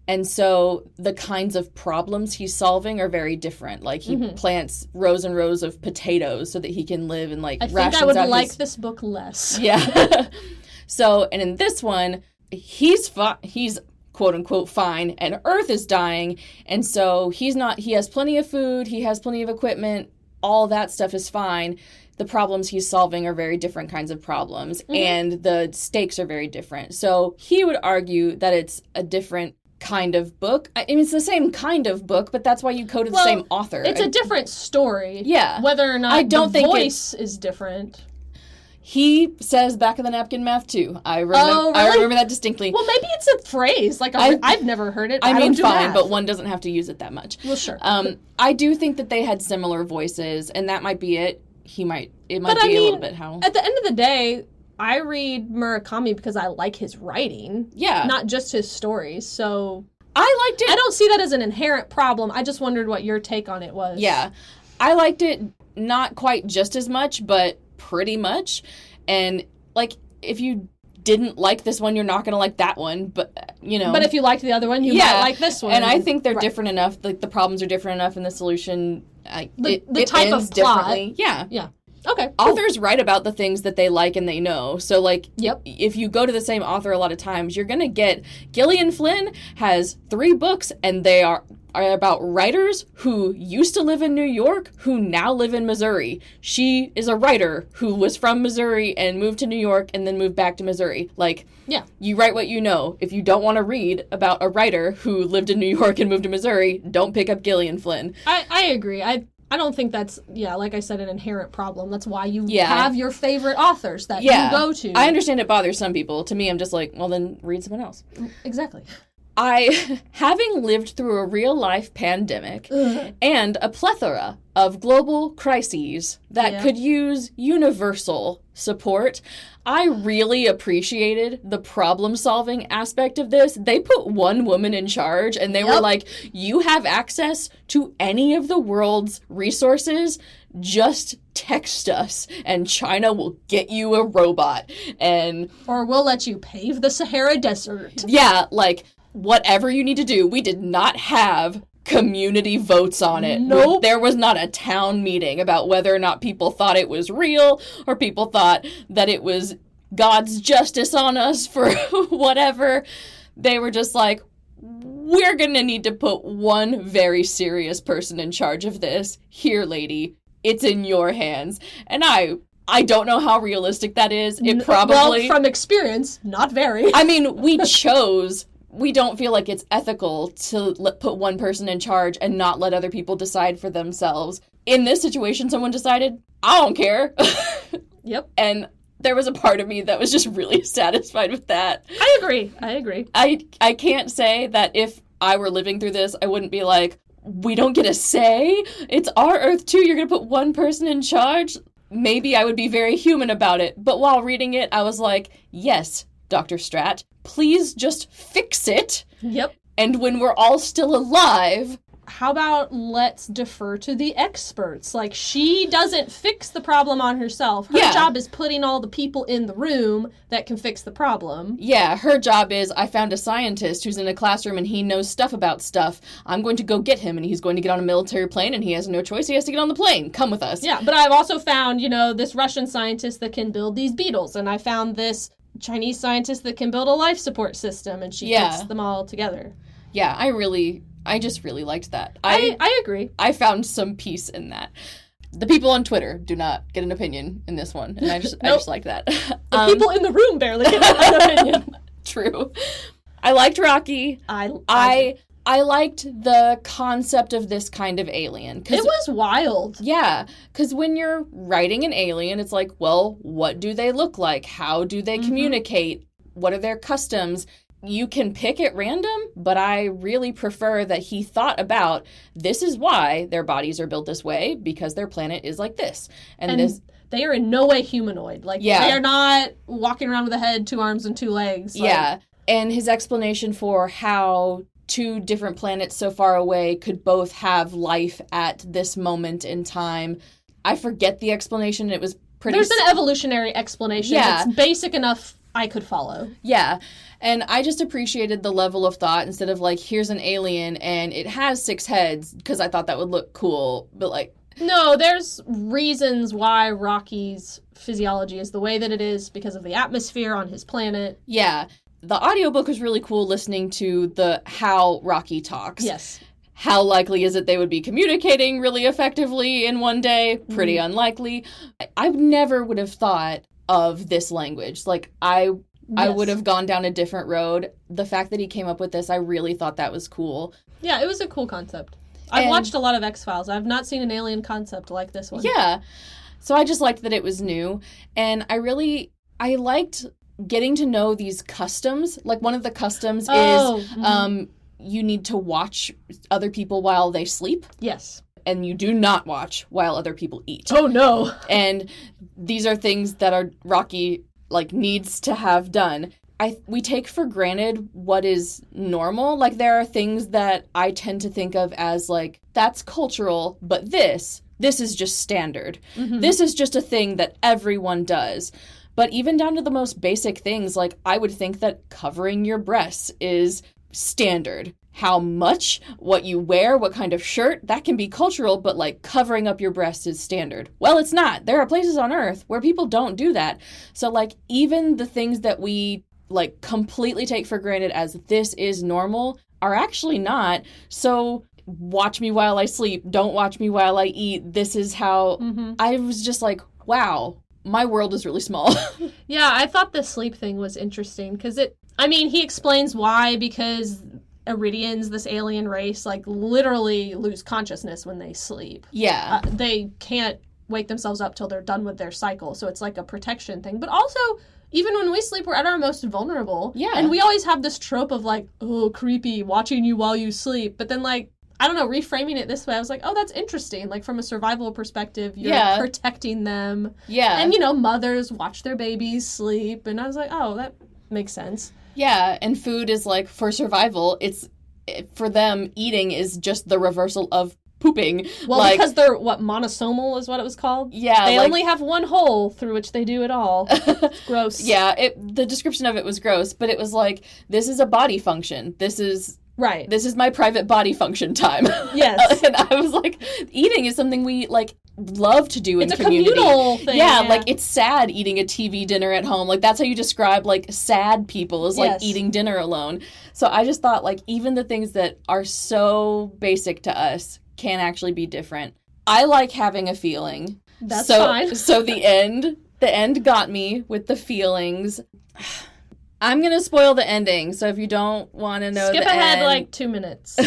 B: And so the kinds of problems he's solving are very different. Like he
C: Mm-hmm.
B: plants rows and rows of potatoes so that he can live and like
C: I think
B: rations
C: I would
B: out
C: like
B: his-
C: this book less.
B: Yeah. so and in this one, he's fi- he's quote unquote fine and Earth is dying and so he's not he has plenty of food, he has plenty of equipment, all that stuff is fine. The problems he's solving are very different kinds of problems
C: Mm-hmm.
B: and the stakes are very different. So he would argue that it's a different kind of book. I I mean it's the same kind of book, but that's why you coded
C: Well,
B: the same author.
C: It's a different story.
B: Yeah.
C: Whether or not
B: I don't
C: the
B: think
C: voice is different.
B: he says back of the napkin math too. I remember
C: Oh,
B: I
C: really?
B: remember that distinctly.
C: Well, maybe it's a phrase. Like
B: I-
C: I, I've never heard it.
B: I,
C: don't
B: mean,
C: do
B: fine,
C: math.
B: but one doesn't have to use it that much.
C: well, sure.
B: Um, I do think that they had similar voices, and that might be it. He might, it might
C: But I
B: be a little
C: mean,
B: bit how.
C: At the end of the day, I read Murakami because I like his writing,
B: Yeah,
C: not just his stories. So
B: I liked it.
C: I don't see that as an inherent problem. I just wondered what your take on it was.
B: yeah, I liked it not quite just as much, but pretty much. And like, if you didn't like this one, you're not gonna like that one. But uh, you know,
C: But if you liked the other one, you
B: Yeah,
C: might like this one.
B: and I think they're
C: Right.
B: different enough. Like the problems are different enough, and the solution, I
C: The-
B: it,
C: the
B: it
C: type of
B: ends
C: plot.
B: differently. Yeah.
C: Okay.
B: authors write about the things that they like and they know. So like
C: Yep.
B: if you go to the same author a lot of times, you're going to get Gillian Flynn has 3 books and they are are about writers who used to live in New York who now live in Missouri. She is a writer who was from Missouri and moved to New York and then moved back to Missouri. Like
C: Yeah.
B: you write what you know. If you don't want to read about a writer who lived in New York and moved to Missouri, don't pick up Gillian Flynn.
C: I, I agree. I I don't think that's yeah, like I said, an inherent problem. That's why you
B: Yeah.
C: have your favorite authors that
B: Yeah.
C: you go to.
B: I understand it bothers some people. To me, I'm just like, well then read someone else.
C: exactly.
B: I, having lived through a real life pandemic
C: Ugh.
B: and a plethora of global crises that
C: Yeah.
B: could use universal support, I really appreciated the problem solving aspect of this. They put one woman in charge and they were
C: Yep.
B: like, you have access to any of the world's resources. Just text us and China will get you a robot. And
C: Or we'll let you pave the Sahara Desert.
B: yeah, like whatever you need to do. We did not have community votes on it.
C: Nope.
B: There was not a town meeting about whether or not people thought it was real or people thought that it was God's justice on us for whatever. They were just like, we're going to need to put one very serious person in charge of this. Here, lady, it's in your hands. And I I don't know how realistic that is. It probably
C: Well, from experience, not very.
B: I mean, we chose. We don't feel like it's ethical to let, put one person in charge and not let other people decide for themselves. In this situation, someone decided, I don't care.
C: Yep.
B: and there was a part of me that was just really satisfied with that.
C: I agree. I agree.
B: I, I can't say that if I were living through this, I wouldn't be like, we don't get a say. It's our Earth too. You're going to put one person in charge. Maybe I would be very human about it. But while reading it, I was like, yes, Dr. Strat, please just fix it.
C: Yep.
B: And when we're all still alive,
C: How about let's defer to the experts? Like she doesn't fix the problem on herself. Her
B: Yeah.
C: job is putting all the people in the room that can fix the problem.
B: yeah, her job is I found a scientist who's in a classroom and he knows stuff about stuff. I'm going to go get him and he's going to get on a military plane and he has no choice. He has to get on the plane. Come with us.
C: Yeah, but I've also found, you know, this Russian scientist that can build these beetles, and I found this Chinese scientist that can build a life support system, and she
B: Yeah.
C: puts them all together.
B: Yeah, I really, I just really liked that.
C: I,
B: I,
C: I agree.
B: I found some peace in that. The people on Twitter do not get an opinion in this one, and I just, I
C: Nope.
B: just like that.
C: The
B: Um,
C: people in the room barely get an opinion.
B: true. I liked Rocky.
C: I,
B: I, I liked the concept of this kind of alien. 'cause
C: it was wild.
B: Yeah, because when you're writing an alien, it's
C: Mm-hmm.
B: like, well, what do they look like? How do they communicate? What are their customs? you can pick at random, but I really prefer that he thought about this is why their bodies are built this way because their planet is like this. And,
C: And
B: this
C: they are in no way humanoid. Like
B: Yeah.
C: they are not walking around with a head, two arms, and two legs. Like,
B: yeah. And his explanation for how two different planets so far away could both have life at this moment in time. I forget the explanation. It was pretty
C: There's an evolutionary explanation.
B: Yeah.
C: It's basic enough I could follow.
B: Yeah. And I just appreciated the level of thought instead of like, here's an alien and it has six heads because I thought that would look cool. But like,
C: No, there's reasons why Rocky's physiology is the way that it is because of the atmosphere on his planet.
B: yeah. The audiobook was really cool listening to the how Rocky talks.
C: Yes.
B: How likely is it they would be communicating really effectively in one day? Pretty unlikely. I, I never would have thought of this language. Like I I
C: Yes.
B: would have gone down a different road. The fact that he came up with this, I really thought that was cool.
C: Yeah, it was a cool concept. I've
B: And-
C: watched a lot of X Files. I've not seen an alien concept like this one.
B: Yeah. So I just liked that it was new and I really I liked getting to know these customs. Like one of the customs
C: Oh,
B: is
C: mhm.
B: um you need to watch other people while they sleep
C: Yes.
B: and you do not watch while other people eat.
C: Oh no.
B: And these are things that are Rocky like needs to have done. I we take for granted what is normal. Like there are things that I tend to think of as like that's cultural, but this this is just standard.
C: Mm-hmm.
B: This is just a thing that everyone does. But even down to the most basic things, like I would think that covering your breasts is standard. How much, what you wear, what kind of shirt, that can be cultural, but like covering up your breasts is standard. Well, it's not. There are places on earth where people don't do that. So, like, even the things that we like completely take for granted as this is normal are actually not. So, watch me while I sleep, don't watch me while I eat. This is how
C: mm-hmm.
B: I was just like, wow, my world is really small.
C: Yeah, I thought the sleep thing was interesting because it. I mean, he explains why because Iridians, this alien race, like literally lose consciousness when they sleep.
B: yeah.
C: Uh, they can't wake themselves up till they're done with their cycle, so it's like a protection thing. But also, even when we sleep, we're at our most vulnerable.
B: Yeah.
C: and we always have this trope of like, oh, creepy, watching you while you sleep. But then like. I don't know, reframing it this way, I was like, oh, that's interesting. Like, from a survival perspective, you're
B: Yeah.
C: protecting them
B: yeah.
C: and you know mothers watch their babies sleep and i was like oh that makes sense
B: Yeah, and food is like for survival. It's for them eating is just the reversal of pooping.
C: well
B: like
C: because they're what monosomal is what it was called
B: yeah,
C: they
B: like-
C: only have one hole through which they do it all It's gross
B: yeah. It the description of it was gross, but it was like this is a body function. This is
C: right
B: this is my private body function time.
C: yes
B: and I was like, eating is something we like love to do in
C: it's a
B: community.
C: communal thing
B: yeah, like it's sad eating a TV dinner at home. Like that's how you describe like sad people is like
C: Yes.
B: eating dinner alone. So I just thought like even the things that are so basic to us can actually be different. I like having a feeling.
C: that's
B: so,
C: fine
B: so the end, the end got me with the feelings. I'm gonna spoil the ending. So if you don't want to know,
C: skip
B: the
C: ahead
B: end-
C: like two minutes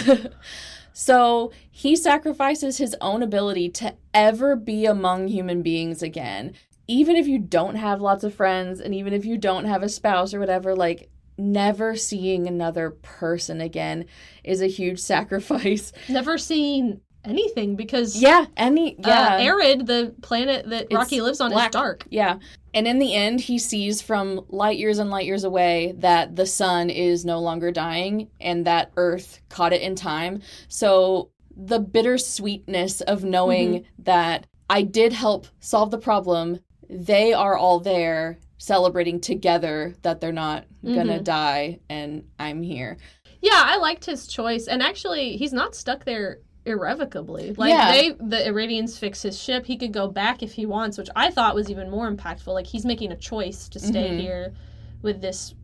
B: so he sacrifices his own ability to ever be among human beings again. Even if you don't have lots of friends and even if you don't have a spouse or whatever, like never seeing another person again is a huge sacrifice.
C: never seen anything because
B: Yeah, any yeah.
C: uh, arid the planet that rocky lives on
B: black.
C: is dark
B: Yeah. And in the end, he sees from light years and light years away that the sun is no longer dying and that Earth caught it in time. So the bittersweetness of knowing that I did help solve the problem, they are all there celebrating together that they're not gonna die and I'm here.
C: Yeah, I liked his choice, and actually, he's not stuck there irrevocably. Like
B: Yeah.
C: they, the Iridians fix his ship. He could go back if he wants, which I thought was even more impactful. Like he's making a choice to stay
B: Mhm.
C: here with this,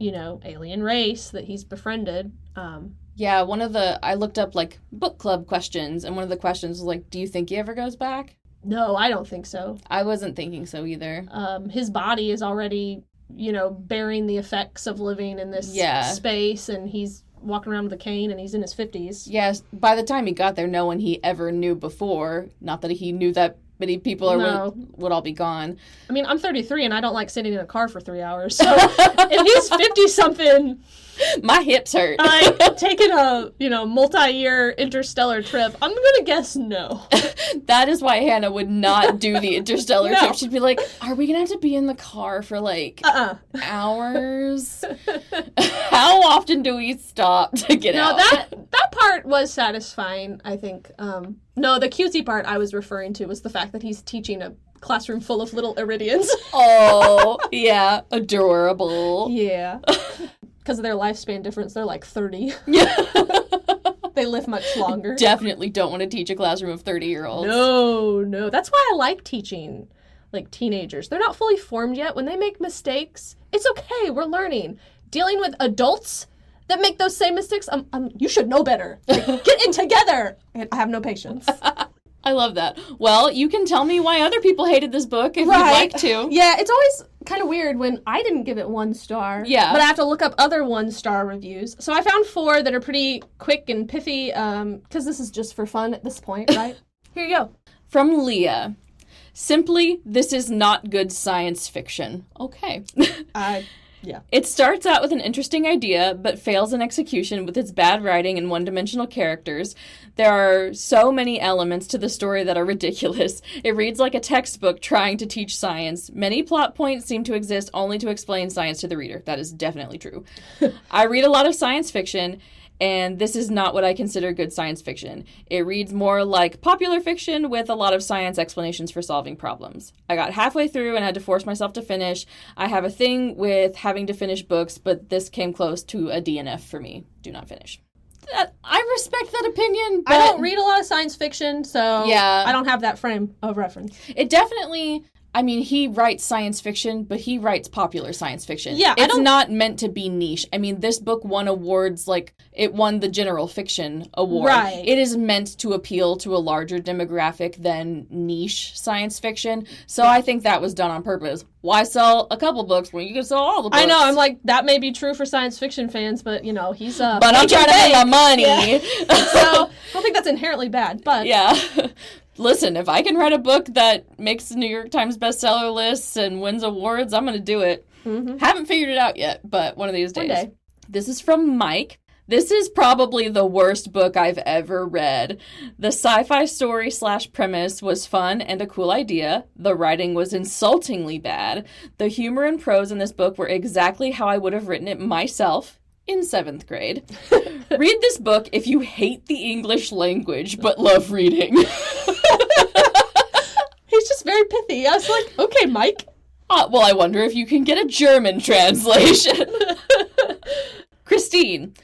C: you know, alien race that he's befriended. Um,
B: Yeah, one of the I looked up like book club questions and one of the questions was like, Do you think he ever goes back?
C: no, I don't think so.
B: I wasn't thinking so either.
C: Um, his body is already, you know, bearing the effects of living in this
B: Yeah.
C: space, and he's walking around with a cane, and he's in his fifties.
B: Yes, by the time he got there, no one he ever knew before, not that he knew that many people are
C: No.
B: would, would all be gone.
C: I mean, I'm 33 and I don't like sitting in a car for three hours. So if he's 50 something,
B: My hips hurt.
C: like taking a you know multi-year interstellar trip, I'm gonna guess no.
B: that is why Hannah would not do the interstellar
C: No.
B: trip. She'd be like, "Are we gonna have to be in the car for like
C: Uh-uh.
B: hours? How often do we stop to get
C: No,
B: out?"
C: that that part was satisfying. I think. Um, no, the cutesy part I was referring to was the fact that he's teaching a classroom full of little Iridians.
B: oh, yeah, adorable.
C: yeah. Because of their lifespan difference, they're like 30. they live much longer.
B: Definitely don't want to teach a classroom of thirty-year-olds.
C: No, no. That's why I like teaching like teenagers. They're not fully formed yet. When they make mistakes, it's okay. We're learning. Dealing with adults that make those same mistakes, um, um, you should know better. Like, get in together. I have no patience.
B: I love that. Well, you can tell me why other people hated this book if
C: Right.
B: you'd like to.
C: Yeah, it's always kind of weird when I didn't give it one star.
B: Yeah.
C: But I have to look up other one star reviews. So I found four that are pretty quick and pithy because this is just for fun at this point, right? Here you go.
B: From Leah. Simply, this is not good science fiction. Okay.
C: I.
B: It starts out with an interesting idea, but fails in execution with its bad writing and one dimensional characters. There are so many elements to the story that are ridiculous. It reads like a textbook trying to teach science. Many plot points seem to exist only to explain science to the reader. That is definitely true. I read a lot of science fiction, and this is not what I consider good science fiction. It reads more like popular fiction with a lot of science explanations for solving problems. I got halfway through and had to force myself to finish. I have a thing with having to finish books, but this came close to a DNF for me. Do not finish. That, I respect that opinion, but
C: I don't read a lot of science fiction, so
B: Yeah.
C: I don't have that frame of reference.
B: it definitely. I mean, he writes science fiction, but he writes popular science fiction.
C: Yeah, I
B: it's
C: don't-
B: not meant to be niche. I mean, this book won awards like it won the general fiction award.
C: Right.
B: It is meant to appeal to a larger demographic than niche science fiction. So I think that was done on purpose. Why sell a couple books when you can sell all the books?
C: I know. I'm like that may be true for science fiction fans, but you know he's uh.
B: but I'm
C: making
B: trying to make
C: bank,
B: my money.
C: so I don't think that's inherently bad. But
B: Yeah. Listen, if I can write a book that makes the New York Times bestseller lists and wins awards, I'm going to do it. Haven't figured it out yet, but one of these
C: Mm-hmm. One
B: days.
C: day.
B: This is from Mike. This is probably the worst book I've ever read. The sci fi story slash premise was fun and a cool idea. The writing was insultingly bad. The humor and prose in this book were exactly how I would have written it myself in seventh grade. Read this book if you hate the English language but love reading.
C: he's just very pithy. I was like, okay, Mike.
B: Ah, well, I wonder if you can get a German translation. Christine.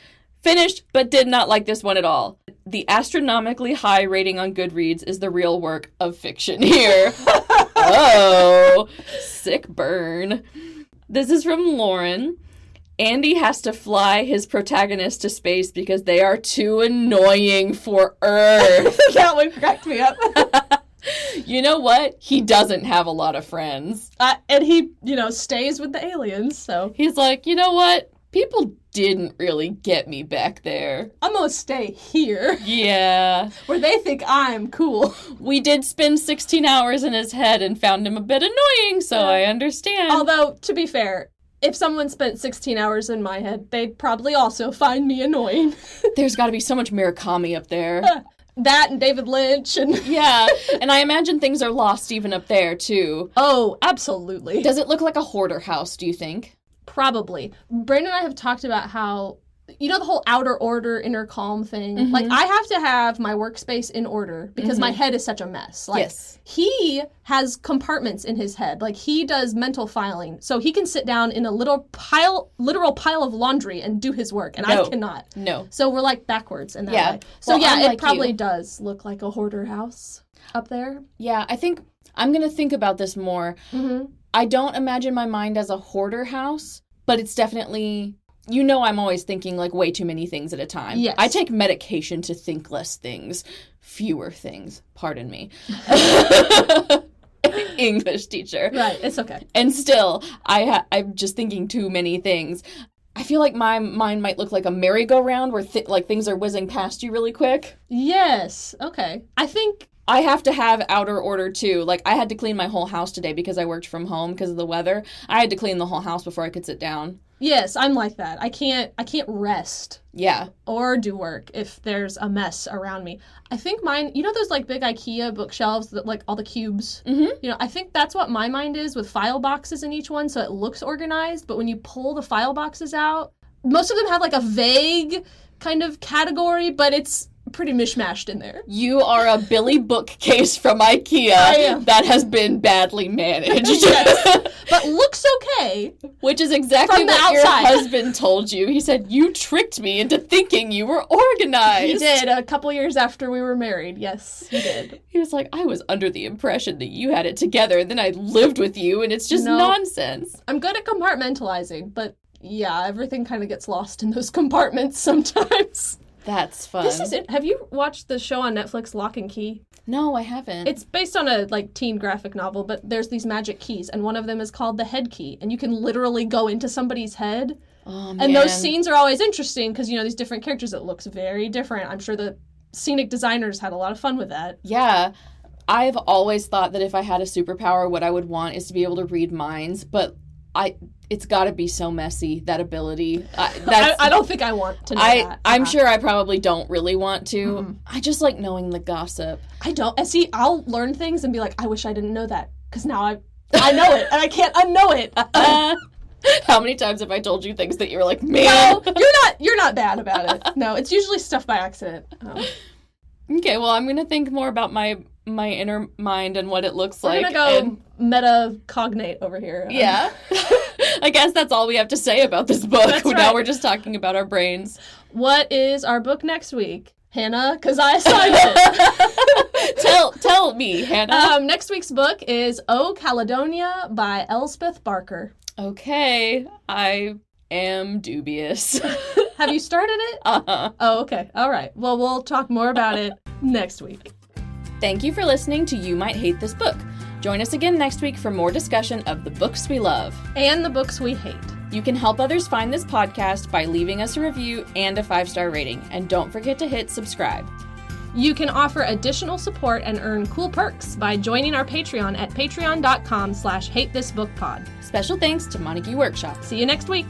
B: Finished, but did not like this one at all. The astronomically high rating on Goodreads is the real work of fiction here. oh, sick burn. This is from Lauren. Andy has to fly his protagonist to space because they are too annoying for Earth.
C: that one cracked me up.
B: you know what? He doesn't have a lot of friends.
C: Uh, and he, you know, stays with the aliens, so
B: He's like, you know what? People didn't really get me back there.
C: I'm gonna stay here
B: Yeah.
C: where they think I'm cool.
B: We did spend 16 hours in his head and found him a bit annoying, so I understand.
C: Although, to be fair, if someone spent 16 hours in my head, they'd probably also find me annoying.
B: There's got to be so much Murakami up there.
C: that and David Lynch and.
B: yeah. And I imagine things are lost even up there, too.
C: Oh, absolutely.
B: Does it look like a hoarder house, do you think?
C: Probably. Brandon and I have talked about how you know the whole outer order, inner calm thing.
B: Mm-hmm.
C: Like I have to have my workspace in order because my head is such a mess. Like
B: Yes.
C: he has compartments in his head. Like he does mental filing. So he can sit down in a little pile literal pile of laundry and do his work and
B: No.
C: I cannot.
B: No.
C: So we're like backwards in that
B: Yeah.
C: way. So
B: Well,
C: yeah,
B: unlike
C: it probably
B: you.
C: does look like a hoarder house up there.
B: Yeah, I think I'm going to think about this more.
C: Mhm.
B: I don't imagine my mind as a hoarder house, but it's definitely you know I'm always thinking like way too many things at a time.
C: Yes.
B: I take medication to think less things, fewer things, pardon me. English teacher.
C: Right. It's okay.
B: And still, I ha- I'm just thinking too many things. I feel like my mind might look like a merry-go-round where th- like things are whizzing past you really quick.
C: Yes. Okay. I think
B: I have to have outer order too. Like I had to clean my whole house today because I worked from home because of the weather. I had to clean the whole house before I could sit down.
C: Yes, I'm like that. I can't I can't rest
B: Yeah.
C: or do work if there's a mess around me. I think mine, you know those like big IKEA bookshelves that like all the cubes.
B: Mhm.
C: You know, I think that's what my mind is with file boxes in each one so it looks organized, but when you pull the file boxes out, most of them have like a vague kind of category, but it's pretty mishmashed in there.
B: You are a Billy bookcase from IKEA
C: am.
B: that has been badly managed.
C: But looks okay.
B: Which is exactly
C: From the
B: what
C: outside.
B: your husband told you. He said, You tricked me into thinking you were organized.
C: He did a couple years after we were married. Yes, he did.
B: He was like, I was under the impression that you had it together, and then I lived with you, and it's just
C: No.
B: nonsense.
C: I'm good at compartmentalizing, but yeah, everything kind of gets lost in those compartments sometimes.
B: That's fun.
C: This is it. Have you watched the show on Netflix, Lock and Key?
B: No, I haven't.
C: It's based on a like teen graphic novel, but there's these magic keys, and one of them is called the head key, and you can literally go into somebody's head.
B: oh,
C: And
B: man.
C: those scenes are always interesting because you know these different characters. It looks very different. I'm sure the scenic designers had a lot of fun with that.
B: Yeah. I've always thought that if I had a superpower, what I would want is to be able to read minds, but I it's got to be so messy that ability. I,
C: I,
B: that's,
C: I don't think I want to know
B: I
C: that. Mm-hmm.
B: I'm
C: Uh,
B: sure I probably don't really want to. I just like knowing the gossip.
C: I don't. I see. I'll learn things and be like, I wish I didn't know that because now I I know it and I can't unknow it. Uh-huh.
B: How many times have I told you things that you were like, man?
C: No, you're not. You're not bad about it. No, it's usually stuff by accident. Um,
B: Okay, well, I'm gonna think more about my my inner mind and what it looks
C: We're
B: like.
C: gonna
B: and-
C: go metacognate over here. Um,
B: yeah. I guess that's all we have to say about this book.
C: That's
B: Now
C: right.
B: we're just talking about our brains.
C: What is our book next week, Hannah? Because I assigned it.
B: tell tell me, Hannah.
C: um, next week's book is O Caledonia by Elspeth Barker.
B: okay, I am dubious.
C: Have you started it?
B: uh-huh.
C: Oh, okay. All right. Well, we'll talk more about it next week.
B: Thank you for listening to You Might Hate This Book. Join us again next week for more discussion of the books we love.
C: And the books we hate.
B: You can help others find this podcast by leaving us a review and a five star rating. And don't forget to hit subscribe.
C: You can offer additional support and earn cool perks by joining our Patreon at patreon.com slash hate this book pod.
B: Special thanks to Montague Workshop.
C: See you next week.